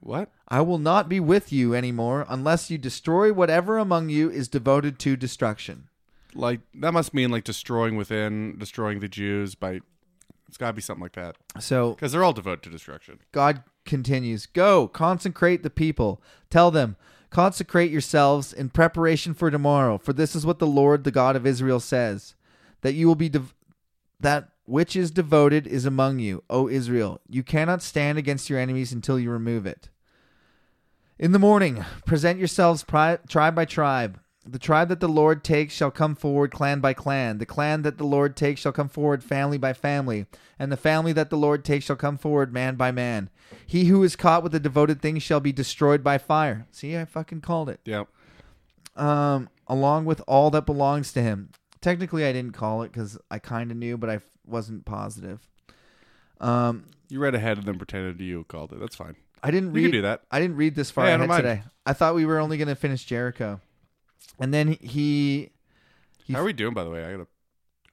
What? I will not be with you anymore unless you destroy whatever among you is devoted to destruction. Like that must mean like destroying within, destroying the Jews by. It's got to be something like that So because they're all devoted to destruction. God continues Go, consecrate the people. Tell them, consecrate yourselves in preparation for tomorrow, for this is what the Lord, the God of Israel, says that you will be dev- that which is devoted is among you, O Israel. You cannot stand against your enemies until you remove it. In the morning, present yourselves pri- tribe by tribe. The tribe that the Lord takes shall come forward clan by clan. The clan that the Lord takes shall come forward family by family. And the family that the Lord takes shall come forward man by man. He who is caught with a devoted thing shall be destroyed by fire. See, I fucking called it. Yeah. Um, along with all that belongs to him. Technically, I didn't call it because I kind of knew, but I f- wasn't positive. Um, You read ahead and then pretended you called it. That's fine. I didn't You read can do that. I didn't read this far Hey, I don't ahead mind. today. I thought we were only going to finish Jericho, and then he, How are we doing, by the way? I gotta.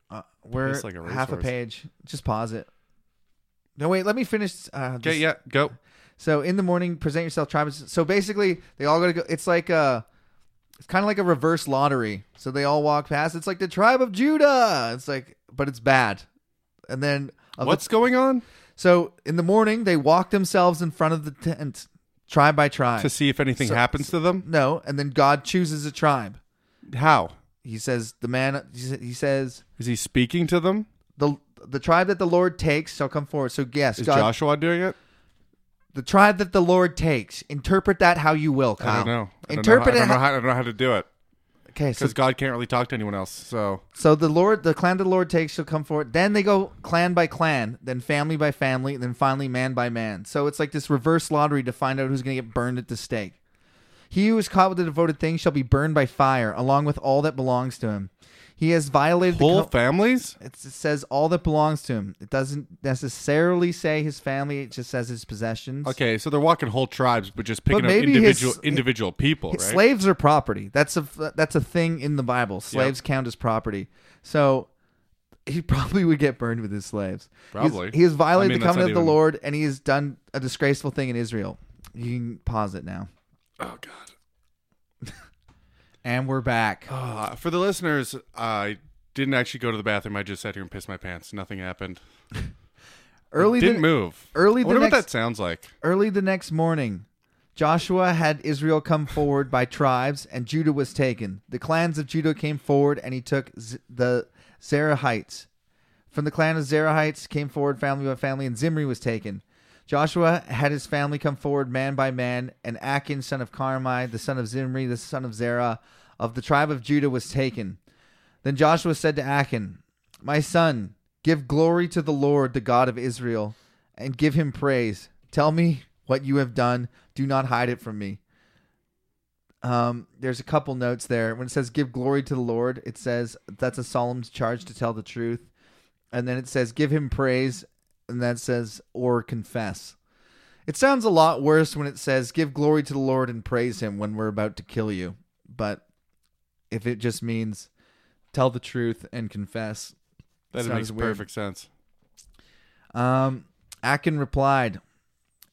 uh, we're It's like a half a racehorse. page. Just pause it. No, wait. Let me finish. Uh, Okay, this- yeah, go. So in the morning, present yourself tribes. So basically, they all got to go. It's like a, it's kind of like a reverse lottery. So they all walk past. It's like the tribe of Judah. It's like, but it's bad. And then of the What's going on? So in the morning, they walk themselves in front of the tent, tribe by tribe. To see if anything So- happens to them. No, and then God chooses a tribe. How He says, "The man," he sa- he says, is he speaking to them? "the the tribe that the Lord takes shall come forward." So yes, Is God, Joshua doing it? the tribe that the Lord takes. Interpret that how you will, Kyle. I don't know. I don't know, how, I Interpret don't it. know How, how, I don't know how to do it okay, so because God can't really talk to anyone else. So so the Lord, the clan that the Lord takes shall come forward. Then they go clan by clan, then family by family, then finally man by man. So it's like this reverse lottery to find out who's going to get burned at the stake. He who is caught with the devoted thing shall be burned by fire, along with all that belongs to him. He has violated whole the co- families. It's, it says all that belongs to him. It doesn't necessarily say his family. It just says his possessions. Okay, so they're walking whole tribes, but just picking up maybe his- individual individual people, right? Slaves are property. That's a that's a thing in the Bible. Slaves count as property. So he probably would get burned with his slaves. He's- Probably. he has violated I mean, the that's covenant not of the even- Lord, and he has done a disgraceful thing in Israel. You can pause it now, oh God. and we're back. Uh, for the listeners, I didn't actually go to the bathroom. I just sat here and pissed my pants. Nothing happened. Early didn't the, move. early I the wonder what next- that sounds like. early the next morning, Joshua had Israel come forward by tribes, and Judah was taken. The clans of Judah came forward, and he took Z- the Zerahites. From the clan of Zerahites came forward family by family, and Zimri was taken. Joshua had his family come forward man by man, and Achan, son of Carmi, the son of Zimri, the son of Zerah, of the tribe of Judah, was taken. Then Joshua said to Achan, My son, give glory to the Lord, the God of Israel, and give him praise. Tell me what you have done. Do not hide it from me. Um, there's a couple notes there. When it says give glory to the Lord, it says that's a solemn charge to tell the truth. And then it says give him praise, and that says or confess. It sounds a lot worse when it says give glory to the Lord and praise him when we're about to kill you. But if it just means tell the truth and confess. That Sounds makes weird. perfect sense. Um, Achan replied,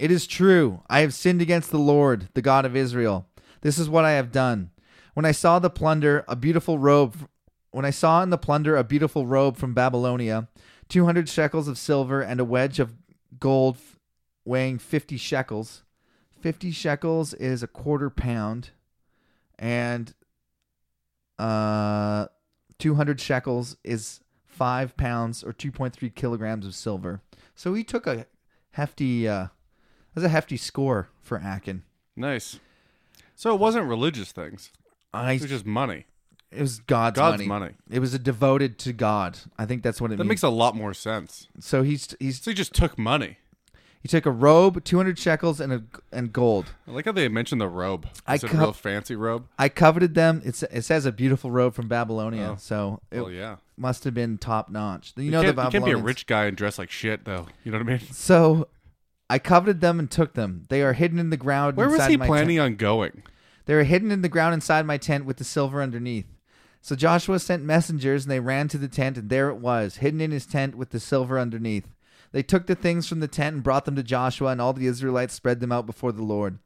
It is true. I have sinned against the Lord, the God of Israel. This is what I have done. When I saw the plunder, a beautiful robe, when I saw in the plunder a beautiful robe from Babylonia, 200 shekels of silver and a wedge of gold f- weighing 50 shekels. 50 shekels is a quarter pound and uh 200 shekels is five pounds or 2.3 kilograms of silver. So he took a hefty, uh, that's a hefty score for Akin. Nice. So it wasn't religious things. I, It was just money. it was God's, God's money. money. It was a devoted to God. I think that's what it That means. makes a lot more sense. so he's he's So he just took money. he took a robe, two hundred shekels, and a and gold. I like how they mentioned the robe. I It's a cov- real fancy robe. I coveted them. It's it says a beautiful robe from Babylonia. Oh. So it Well, yeah. must have been top notch. You, You, know the can't, you can't be a Babylonians- rich guy and dress like shit, though. You know what I mean? So I coveted them and took them. They are hidden in the ground. Where was inside he my tent. planning on going? They were hidden in the ground inside my tent with the silver underneath. So Joshua sent messengers, and they ran to the tent, and there it was, hidden in his tent with the silver underneath. They took the things from the tent and brought them to Joshua, and all the Israelites spread them out before the Lord.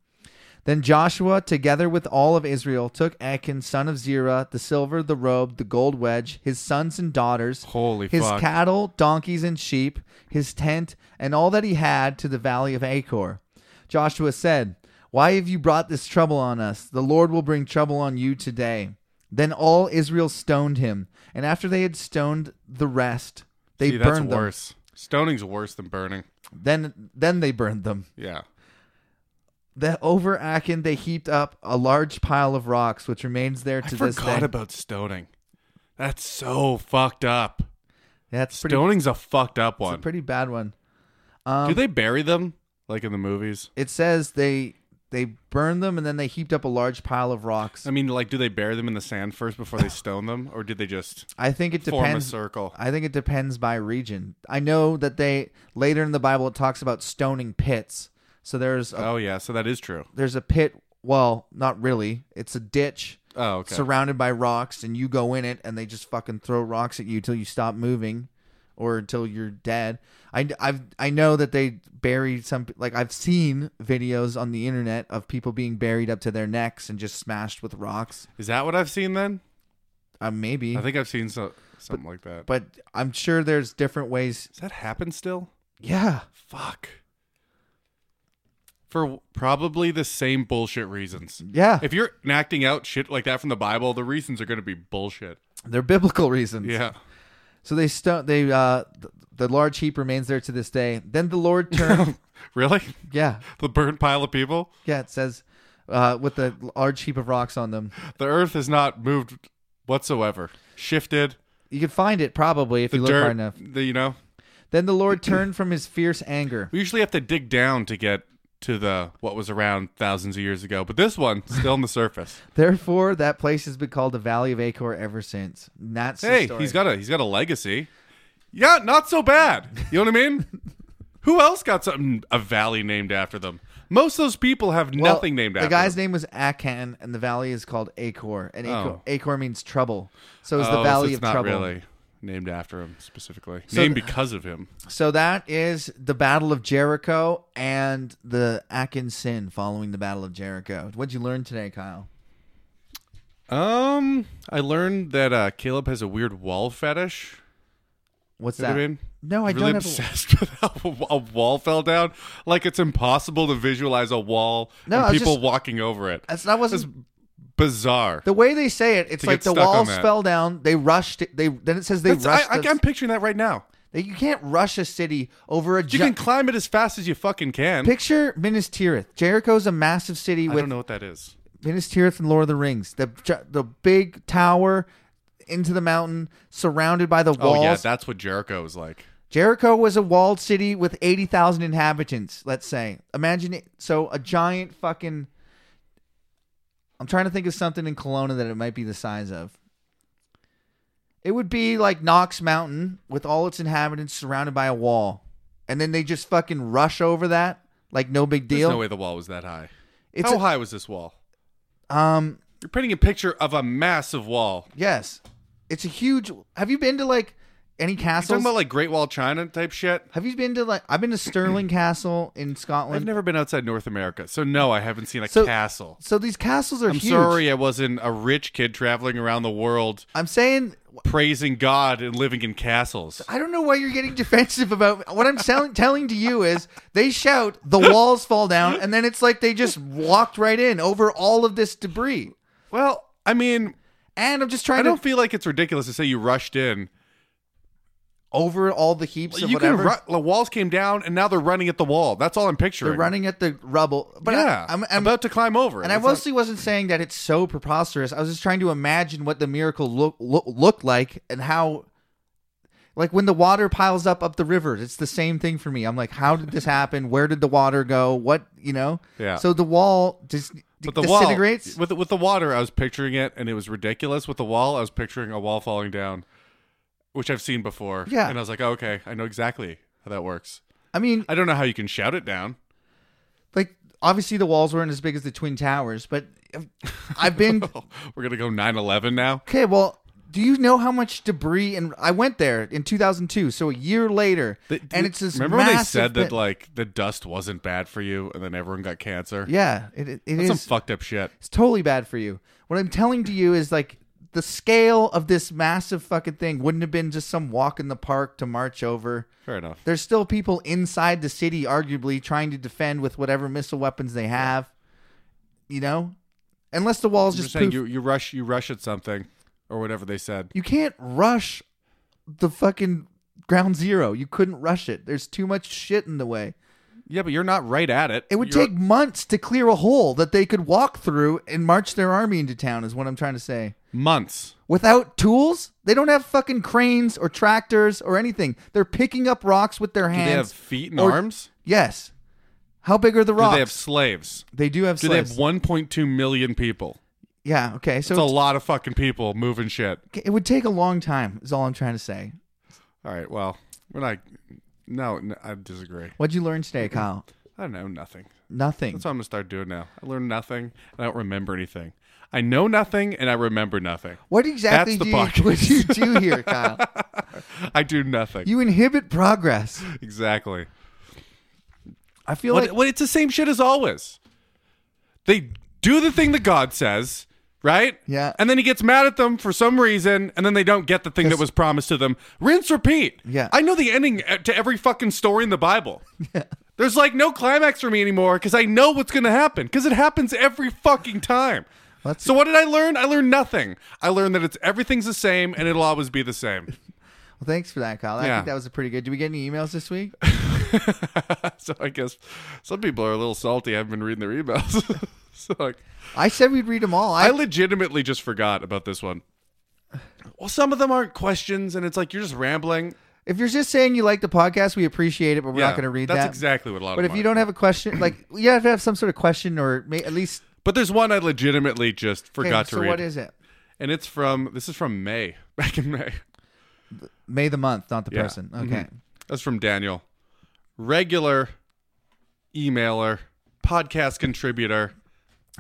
Then Joshua, together with all of Israel, took Achan, son of Zerah, the silver, the robe, the gold wedge, his sons and daughters, Holy his fuck. cattle, donkeys, and sheep, his tent, and all that he had to the valley of Achor. Joshua said, Why have you brought this trouble on us? The Lord will bring trouble on you today. Then all Israel stoned him, and after they had stoned the rest, they See, that's burned them. worse. Stoning's worse than burning. Then then they burned them. Yeah. The over Achan they heaped up a large pile of rocks, which remains there I to this forgot day. about stoning. That's so fucked up. That's pretty, Stoning's a fucked up it's a one. pretty Um, bad one. Do they bury them like in the movies? It says they they burned them and then they heaped up a large pile of rocks. I mean, like, do they bury them in the sand first before they stone them, or did they just I think it form a depends. circle? I think it depends by region. I know that they later in the Bible it talks about stoning pits. So there's a, Oh yeah, so that is true. there's a pit. Well, not really. It's a ditch Oh okay. surrounded by rocks, and you go in it, and they just fucking throw rocks at you till you stop moving, or until you're dead. I I've I know that they bury some like I've seen videos on the internet of people being buried up to their necks and just smashed with rocks. is that what I've seen then? Uh, maybe, I think I've seen so, something like that. but I'm sure there's different ways. Does that happen still? Yeah. Fuck. For w- probably the same bullshit reasons. Yeah, If you're acting out shit like that from the Bible, the reasons are going to be bullshit. they're biblical reasons. Yeah. So they stone they uh th- the large heap remains there to this day. Then the Lord turned. Really? yeah, The burnt pile of people? yeah. It says, uh, with the large heap of rocks on them. The earth has not moved whatsoever. Shifted. You could find it probably if The you look dirt. hard enough. The, you know? Then the Lord turned from his fierce anger. We usually have to dig down to get to the what was around thousands of years ago, but this one still on the surface. Therefore, that place has been called the Valley of Acor ever since. And that's the hey, story. he's got a he's got a legacy. Yeah, not so bad. You know what I mean? Who else got something a valley named after them? Most of those people have Well, nothing named after The guy's them. name was Akan, and the valley is called Acor, and Acor, Oh. Acor means trouble. So it's Oh, the so Valley it's of not Trouble. really named after him specifically. So named th- because of him. So that is the Battle of Jericho and the Akin sin following the Battle of Jericho. What'd you learn today, Kyle? Um, I learned that uh, Caleb has a weird wall fetish. What's You know that? what I mean? No, I really don't have. a- obsessed with how a- a wall fell down. Like it's impossible to visualize a wall No, I and was people just- walking over it. That's that wasn't Bizarre. the way they say it. It's To like get the stuck on walls that. fell down. They rushed. It, they then it says they That's- rushed. I, the- I, I'm picturing that right now. you can't rush a city over a. You gi- can climb it as fast as you fucking can. picture Minas Tirith. Jericho's a massive city I with don't know what that is. Minas Tirith and Lord of the Rings. The gi- the big tower into the mountain, surrounded by the walls. Oh yeah, that's what Jericho is like. Jericho was a walled city with 80,000 inhabitants, let's say. Imagine it. So a giant fucking. I'm trying to think of something in Kelowna that it might be the size of. It would be like Knox Mountain with all its inhabitants surrounded by a wall. And then they just fucking rush over that like no big There's deal. no way the wall was that high. It's how a- high was this wall? Um, You're painting a picture of a massive wall. yes. It's a huge. Have you been to like any You talking castles? about like Great Wall of China type shit? have you been to like. I've been to Stirling Castle in I've Scotland. never been outside North America, so no, I haven't seen a So- castle. so these castles are I'm huge. sorry, I wasn't a rich kid traveling around the world I'm saying praising God and living in castles. I don't know why you're getting defensive about what I'm telling telling to you is they shout the walls fall down and then it's like they just walked right in over all of this debris. Well, I mean, And I'm just I trying don't to feel like it's ridiculous to say you rushed in. over all the heaps of you can whatever. ru- the walls came down and now they're running at the wall. That's all I'm picturing. They're running at the rubble. But yeah, I, am I'm, about to climb over. it. and I That's not- mostly wasn't saying that it's so preposterous. I was just trying to imagine what the miracle look, look looked like and how like when the water piles up up the river, it's the same thing for me. I'm like, how did this happen? Where did the water go? What, you know? Yeah. So the wall just But the wall disintegrates. with the, with the water. I was piguring it, and it was ridiculous. With the wall, I was picturing a wall falling down, which I've seen before. Yeah. and I was like, oh, okay, I know exactly how that works. I mean, I don't know how you can shout it down. like obviously the walls weren't as big as the twin towers, but I've been We're gonna go 9-11 now. okay. Well, do you know how much debris? And I went there in 2002, so a year later, The- and it's this. remember when they massive said that thing- like the dust wasn't bad for you, and then everyone got cancer. yeah, it, it, it That's some is. fucked up shit. It's totally bad for you. What I'm telling to you is like the scale of this massive fucking thing wouldn't have been just some walk in the park to march over. Fair enough. There's still people inside the city, arguably trying to defend with whatever missile weapons they have. You know, unless the walls I'm just just saying poof. you, you rush you rush at something or whatever they said. You can't rush the fucking ground zero. You couldn't rush it. There's too much shit in the way. Yeah, but you're not right at it. It would You're- take months to clear a hole that they could walk through and march their army into town, is what I'm trying to say. months. Without tools, they don't have fucking cranes or tractors or anything. They're picking up rocks with their Do they hands. have feet and or- arms? Yes. How big are the Do rocks? they have slaves? They do have Do slaves. they have 1.2 million people? yeah, okay. So It's a it's- lot of fucking people moving shit. it would take a long time, is all I'm trying to say. All right, well, we're not. No, n I I disagree. What'd you learn today, Kyle? I know nothing. Nothing. That's what I'm gonna start doing now. I learn nothing. and I don't remember anything. I know nothing, and I remember nothing. What exactly do That's the you, podcast. what do you do here, Kyle? I do nothing. You inhibit progress. exactly. I feel What, like what- it's the same shit as always. They do the thing that God says, right? Yeah. And then he gets mad at them for some reason, and then they don't get the thing that Yes. was promised to them. Rinse, repeat. Yeah. I know the ending uh, to every fucking story in the Bible. There's like no climax for me anymore because I know what's going to happen because it happens every fucking time. Let's- so what did I learn? I learned nothing. I learned that it's everything's the same and it'll always be the same. well, thanks for that, Kyle. I Yeah. think that was a pretty good. Did we get any emails this week? so I guess some people are a little salty. I haven't been reading their emails. so like, I said we'd read them all. I, I legitimately just forgot about this one. Well, some of them aren't questions, and it's like you're just rambling. if you're just saying you like the podcast, we appreciate it, but we're Yeah, not going to read that's that. exactly what a lot But if of. you mine- don't have a question, like you have to have some sort of question or may, at least but there's one I legitimately just Okay, forgot so to read, what is it? and it's from this is from May back in May. May the month, not the Yeah. Mm-hmm. person. Okay. That's from Daniel, regular emailer, podcast contributor,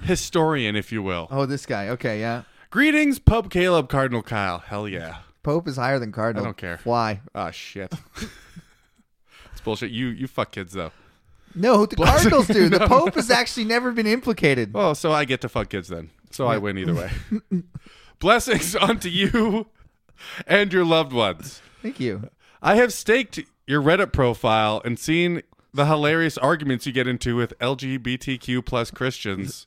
historian, if you will. Oh, this guy. Okay, yeah. Greetings, Pope Caleb, Cardinal Kyle. Hell yeah. Pope is higher than cardinal. I don't care. Why? Ah shit. It's bullshit. You you fuck kids though. No, the cardinals do. The pope has actually never been implicated. Oh, so I get to fuck kids then. So I win either way. Blessings unto you and your loved ones. Thank you. I have staked your Reddit profile and seen the hilarious arguments you get into with LGBTQ plus Christians.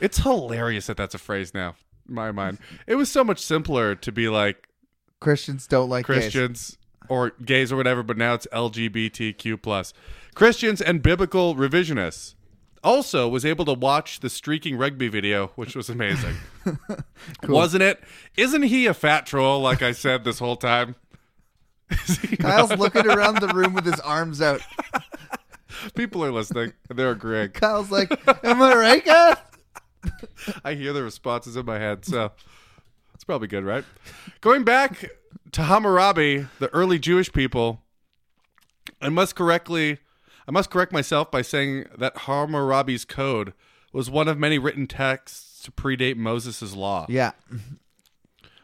it's hilarious that that's a phrase now. In my mind, it was so much simpler to be like Christians don't like gays. Christians or gays or whatever, but now it's LGBTQ plus Christians and biblical revisionists. Also, was able to watch the streaking rugby video, which was amazing, wasn't it? Isn't he a fat troll? Like I said this whole time. Is he Kyle's not? looking around the room with his arms out. People are listening. They're agreeing. Kyle's like, "Am I right, guys?" I hear the responses in my head, so it's probably good, right? Going back to Hammurabi, the early Jewish people, I must correctly I must correct myself by saying that Hammurabi's code was one of many written texts to predate Moses' law. Yeah,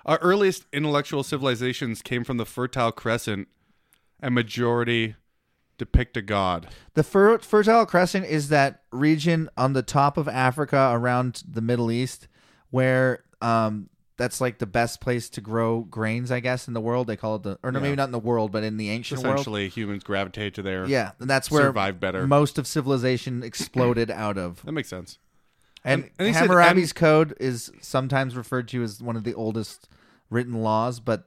Our earliest intellectual civilizations came from the Fertile Crescent and majority depict a god. the fer- Fertile Crescent is that region on the top of Africa around the Middle East, where um, that's like the best place to grow grains, I guess, in the world. They call it the, or no, maybe not in the world, but in the ancient world. Essentially, humans gravitate to their Yeah, and that's where Survive better. most of civilization exploded out of. That makes sense. And, and he said- Hammurabi's code is sometimes referred to as one of the oldest written laws, but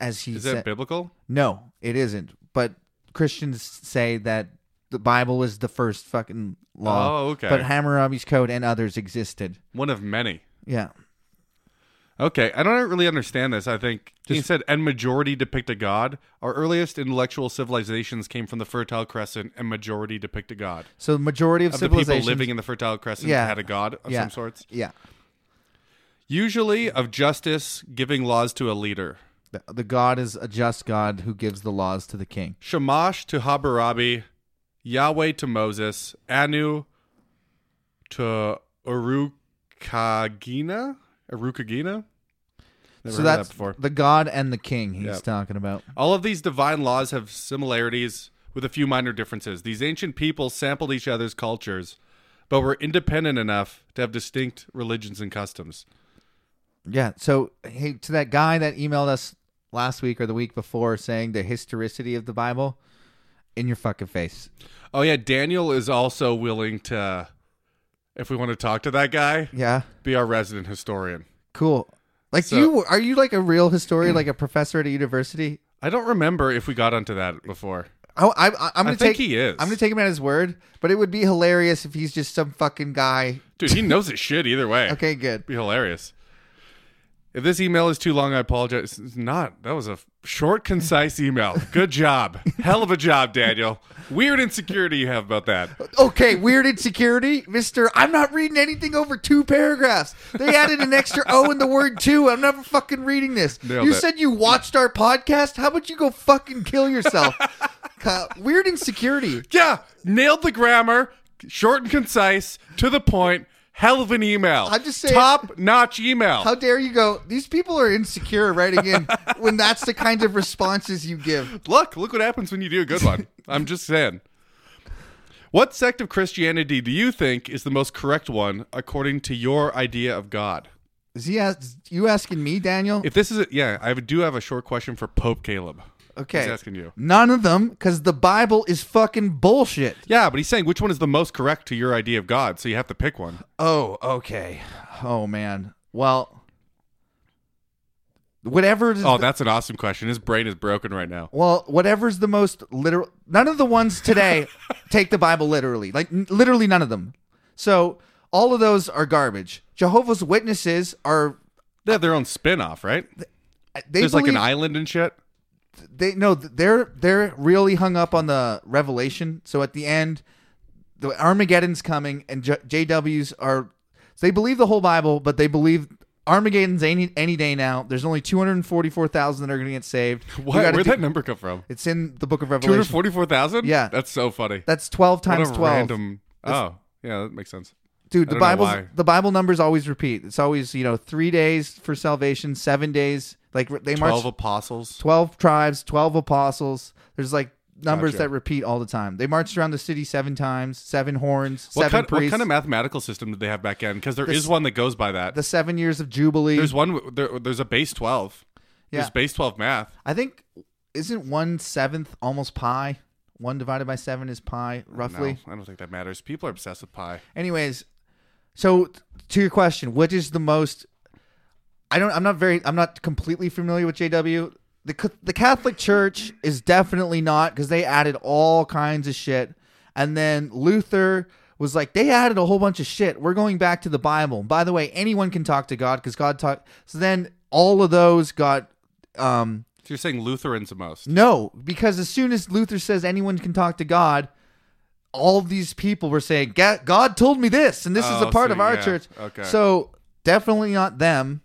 as he Is said, that biblical? no, it isn't. But Christians say that the Bible is the first fucking law. Oh, okay. But Hammurabi's code and others existed. One of many. Yeah. Okay, I don't really understand this. I think he said, "And majority depict a god." Our earliest intellectual civilizations came from the Fertile Crescent, and majority depict a god. So the majority of, Of the people civilizations living in the Fertile Crescent Yeah. had a god of yeah, some sorts, Yeah. usually of justice, giving laws to a leader. The, the God is a just God who gives the laws to the king. Shamash to Hammurabi, Yahweh to Moses, Anu to Urukagina. Urukagina. Never so heard that's of that before. the God and the king he's Yeah. talking about. All of these divine laws have similarities with a few minor differences. These ancient people sampled each other's cultures, but were independent enough to have distinct religions and customs. Yeah. So hey, to that guy that emailed us last week or the week before saying the historicity of the Bible, in your fucking face. Oh yeah, Daniel is also willing to if we want to talk to that guy, Yeah. be our resident historian. Cool. Like So- you are you like a real historian, like a professor at a university? I don't remember if we got onto that before. Oh, I, I, I'm gonna take. think he is. I'm gonna take him at his word, but it would be hilarious if he's just some fucking guy. Dude, he knows his shit either way. Okay, good. be hilarious. If this email is too long, I apologize. It's not. That was a f- short, concise email. Good job. Hell of a job, Daniel. Weird insecurity you have about that. Okay, weird insecurity, Mister. I'm not reading anything over two paragraphs. They added an extra O in the word two. I'm never fucking reading this. Nailed you it. said you watched our podcast. How about you go fucking kill yourself? Kyle, weird insecurity. Yeah, nailed the grammar. Short and concise, to the point. Hell of an email. I'm just saying- Top notch email. How dare you go? These people are insecure writing in when that's the kind of responses you give. Look, look what happens when you do a good one. I'm just saying. What sect of Christianity do you think is the most correct one according to your idea of God? Is he as, you asking me, Daniel? If this is a, yeah, I do have a short question for Pope Caleb. okay. He's asking you. None of them, because the Bible is fucking bullshit. Yeah, but he's saying which one is the most correct to your idea of God, so you have to pick one. Oh, okay. Oh man. Well, whatever. Is Oh, that's an awesome question. His brain is broken right now. well, whatever's the most literal. None of the ones today take the Bible literally. Like n- literally none of them. So all of those are garbage. Jehovah's Witnesses are. They have their own spin-off, right? They There's like an believe- island and shit. they no th- they're they're really hung up on the revelation so at the end the armageddon's coming and J- jws are so they believe the whole bible but they believe armageddon's any, any day now there's only 244000 that are going to get saved We What? gotta Where'd do- that number come from? it's in the book of revelation 244,000? Yeah. That's so funny. that's 12 What a times 12 random... Oh, yeah, that makes sense. dude the I don't know bible why. the bible numbers always repeat it's always you know three days for salvation seven days like they 12 march apostles. 12 tribes, 12 apostles. There's like numbers Gotcha. that repeat all the time. They marched around the city seven times, seven horns, What seven kind, what priests, kind of mathematical system did they have back then? Because there is This- one that goes by that. the seven years of Jubilee. there's one. w- There, there's a base twelve. Yeah. There's base twelve math. I think isn't one seventh almost pi? One divided by seven is pi, roughly. No, I don't think that matters. People are obsessed with pie. Anyways, so t- to your question, what is the most? I don't. I'm not very. I'm not completely familiar with JW. The c- the Catholic Church is definitely not because they added all kinds of shit, and then Luther was like they added a whole bunch of shit. We're going back to the Bible. By the way, anyone can talk to God because God talked. So then all of those got um So you're saying Lutherans the most? no, because as soon as Luther says anyone can talk to God, all these people were saying, "Ga- God told me this, and this is Oh, a part so of our yeah, church. okay. So definitely not them.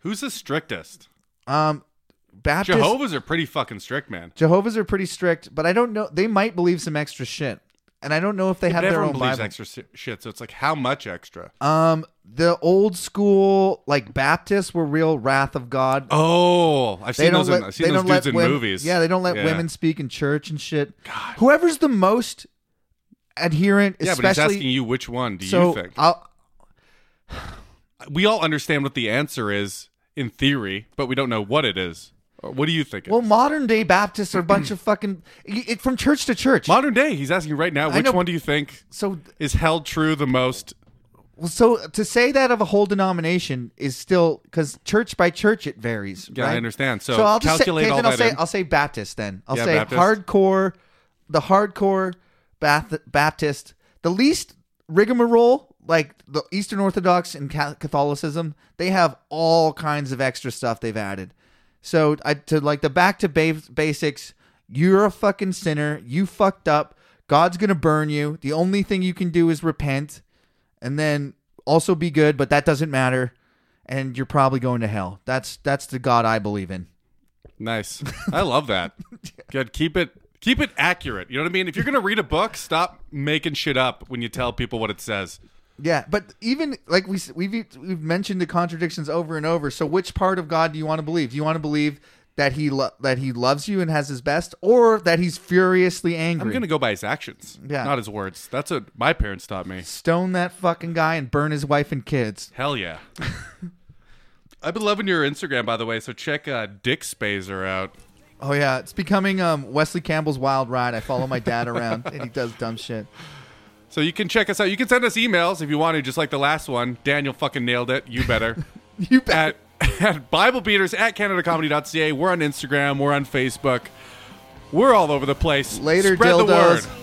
Who's the strictest? Um, Baptists, Jehovah's are pretty fucking strict, man. Jehovah's are pretty strict, but I don't know. They might believe some extra shit. And I don't know if they have But their everyone own believes Bible. extra si- shit, so it's like how much extra? um, the old school like Baptists were real wrath of God. oh, I've They seen don't those. let in, I've they seen those don't let dudes in women, movies. Yeah, they don't let Yeah. women speak in church and shit. Whoever's the most adherent, Yeah, but he's especially asking you which one do so uh, you think? I'll, we all understand what the answer is in theory, but we don't know what it is. What do you think? it well, is? modern day Baptists are a bunch of fucking it, from church to church. modern day. He's asking you right now. Which know- one do you think so, is held true the most? so to say that of a whole denomination is still because church by church it varies. Yeah, I right? understand. So So I'll just say, calculate okay, all then I'll that say in. I'll say Baptist then. I'll Yeah, say Baptist. hardcore, the hardcore Bath- Baptist, the least rigmarole, like the Eastern Orthodox and Ca- Catholicism. They have all kinds of extra stuff they've added. So I to like the back to ba- basics. You're a fucking sinner. You fucked up. God's gonna burn you. The only thing you can do is repent, and then also be good. But that doesn't matter. And you're probably going to hell. That's that's the God I believe in. Nice. I love that. Good. Keep it. Keep it accurate. You know what I mean? If you're gonna read a book, stop making shit up when you tell people what it says. Yeah, but even like we s- we've e, we've mentioned the contradictions over and over. So which part of God do you want to believe? Do you want to believe that he lo- that he loves you and has his best, or that he's furiously angry? I'm gonna go by his actions, Yeah. not his words. That's what my parents taught me. stone that fucking guy and burn his wife and kids. Hell yeah. I've been loving your Instagram, by the way. So check uh, Dick Spazer out. Oh yeah, it's becoming um, Wesley Campbell's wild ride. I follow my dad around and he does dumb shit. So you can check us out. You can send us emails if you want to, just like the last one. Daniel fucking nailed it. You better. You bet. at, at BibleBeaters at CanadaComedy.ca. We're on Instagram. We're on Facebook. We're all over the place. Later, Spread the dildos. word. Oh,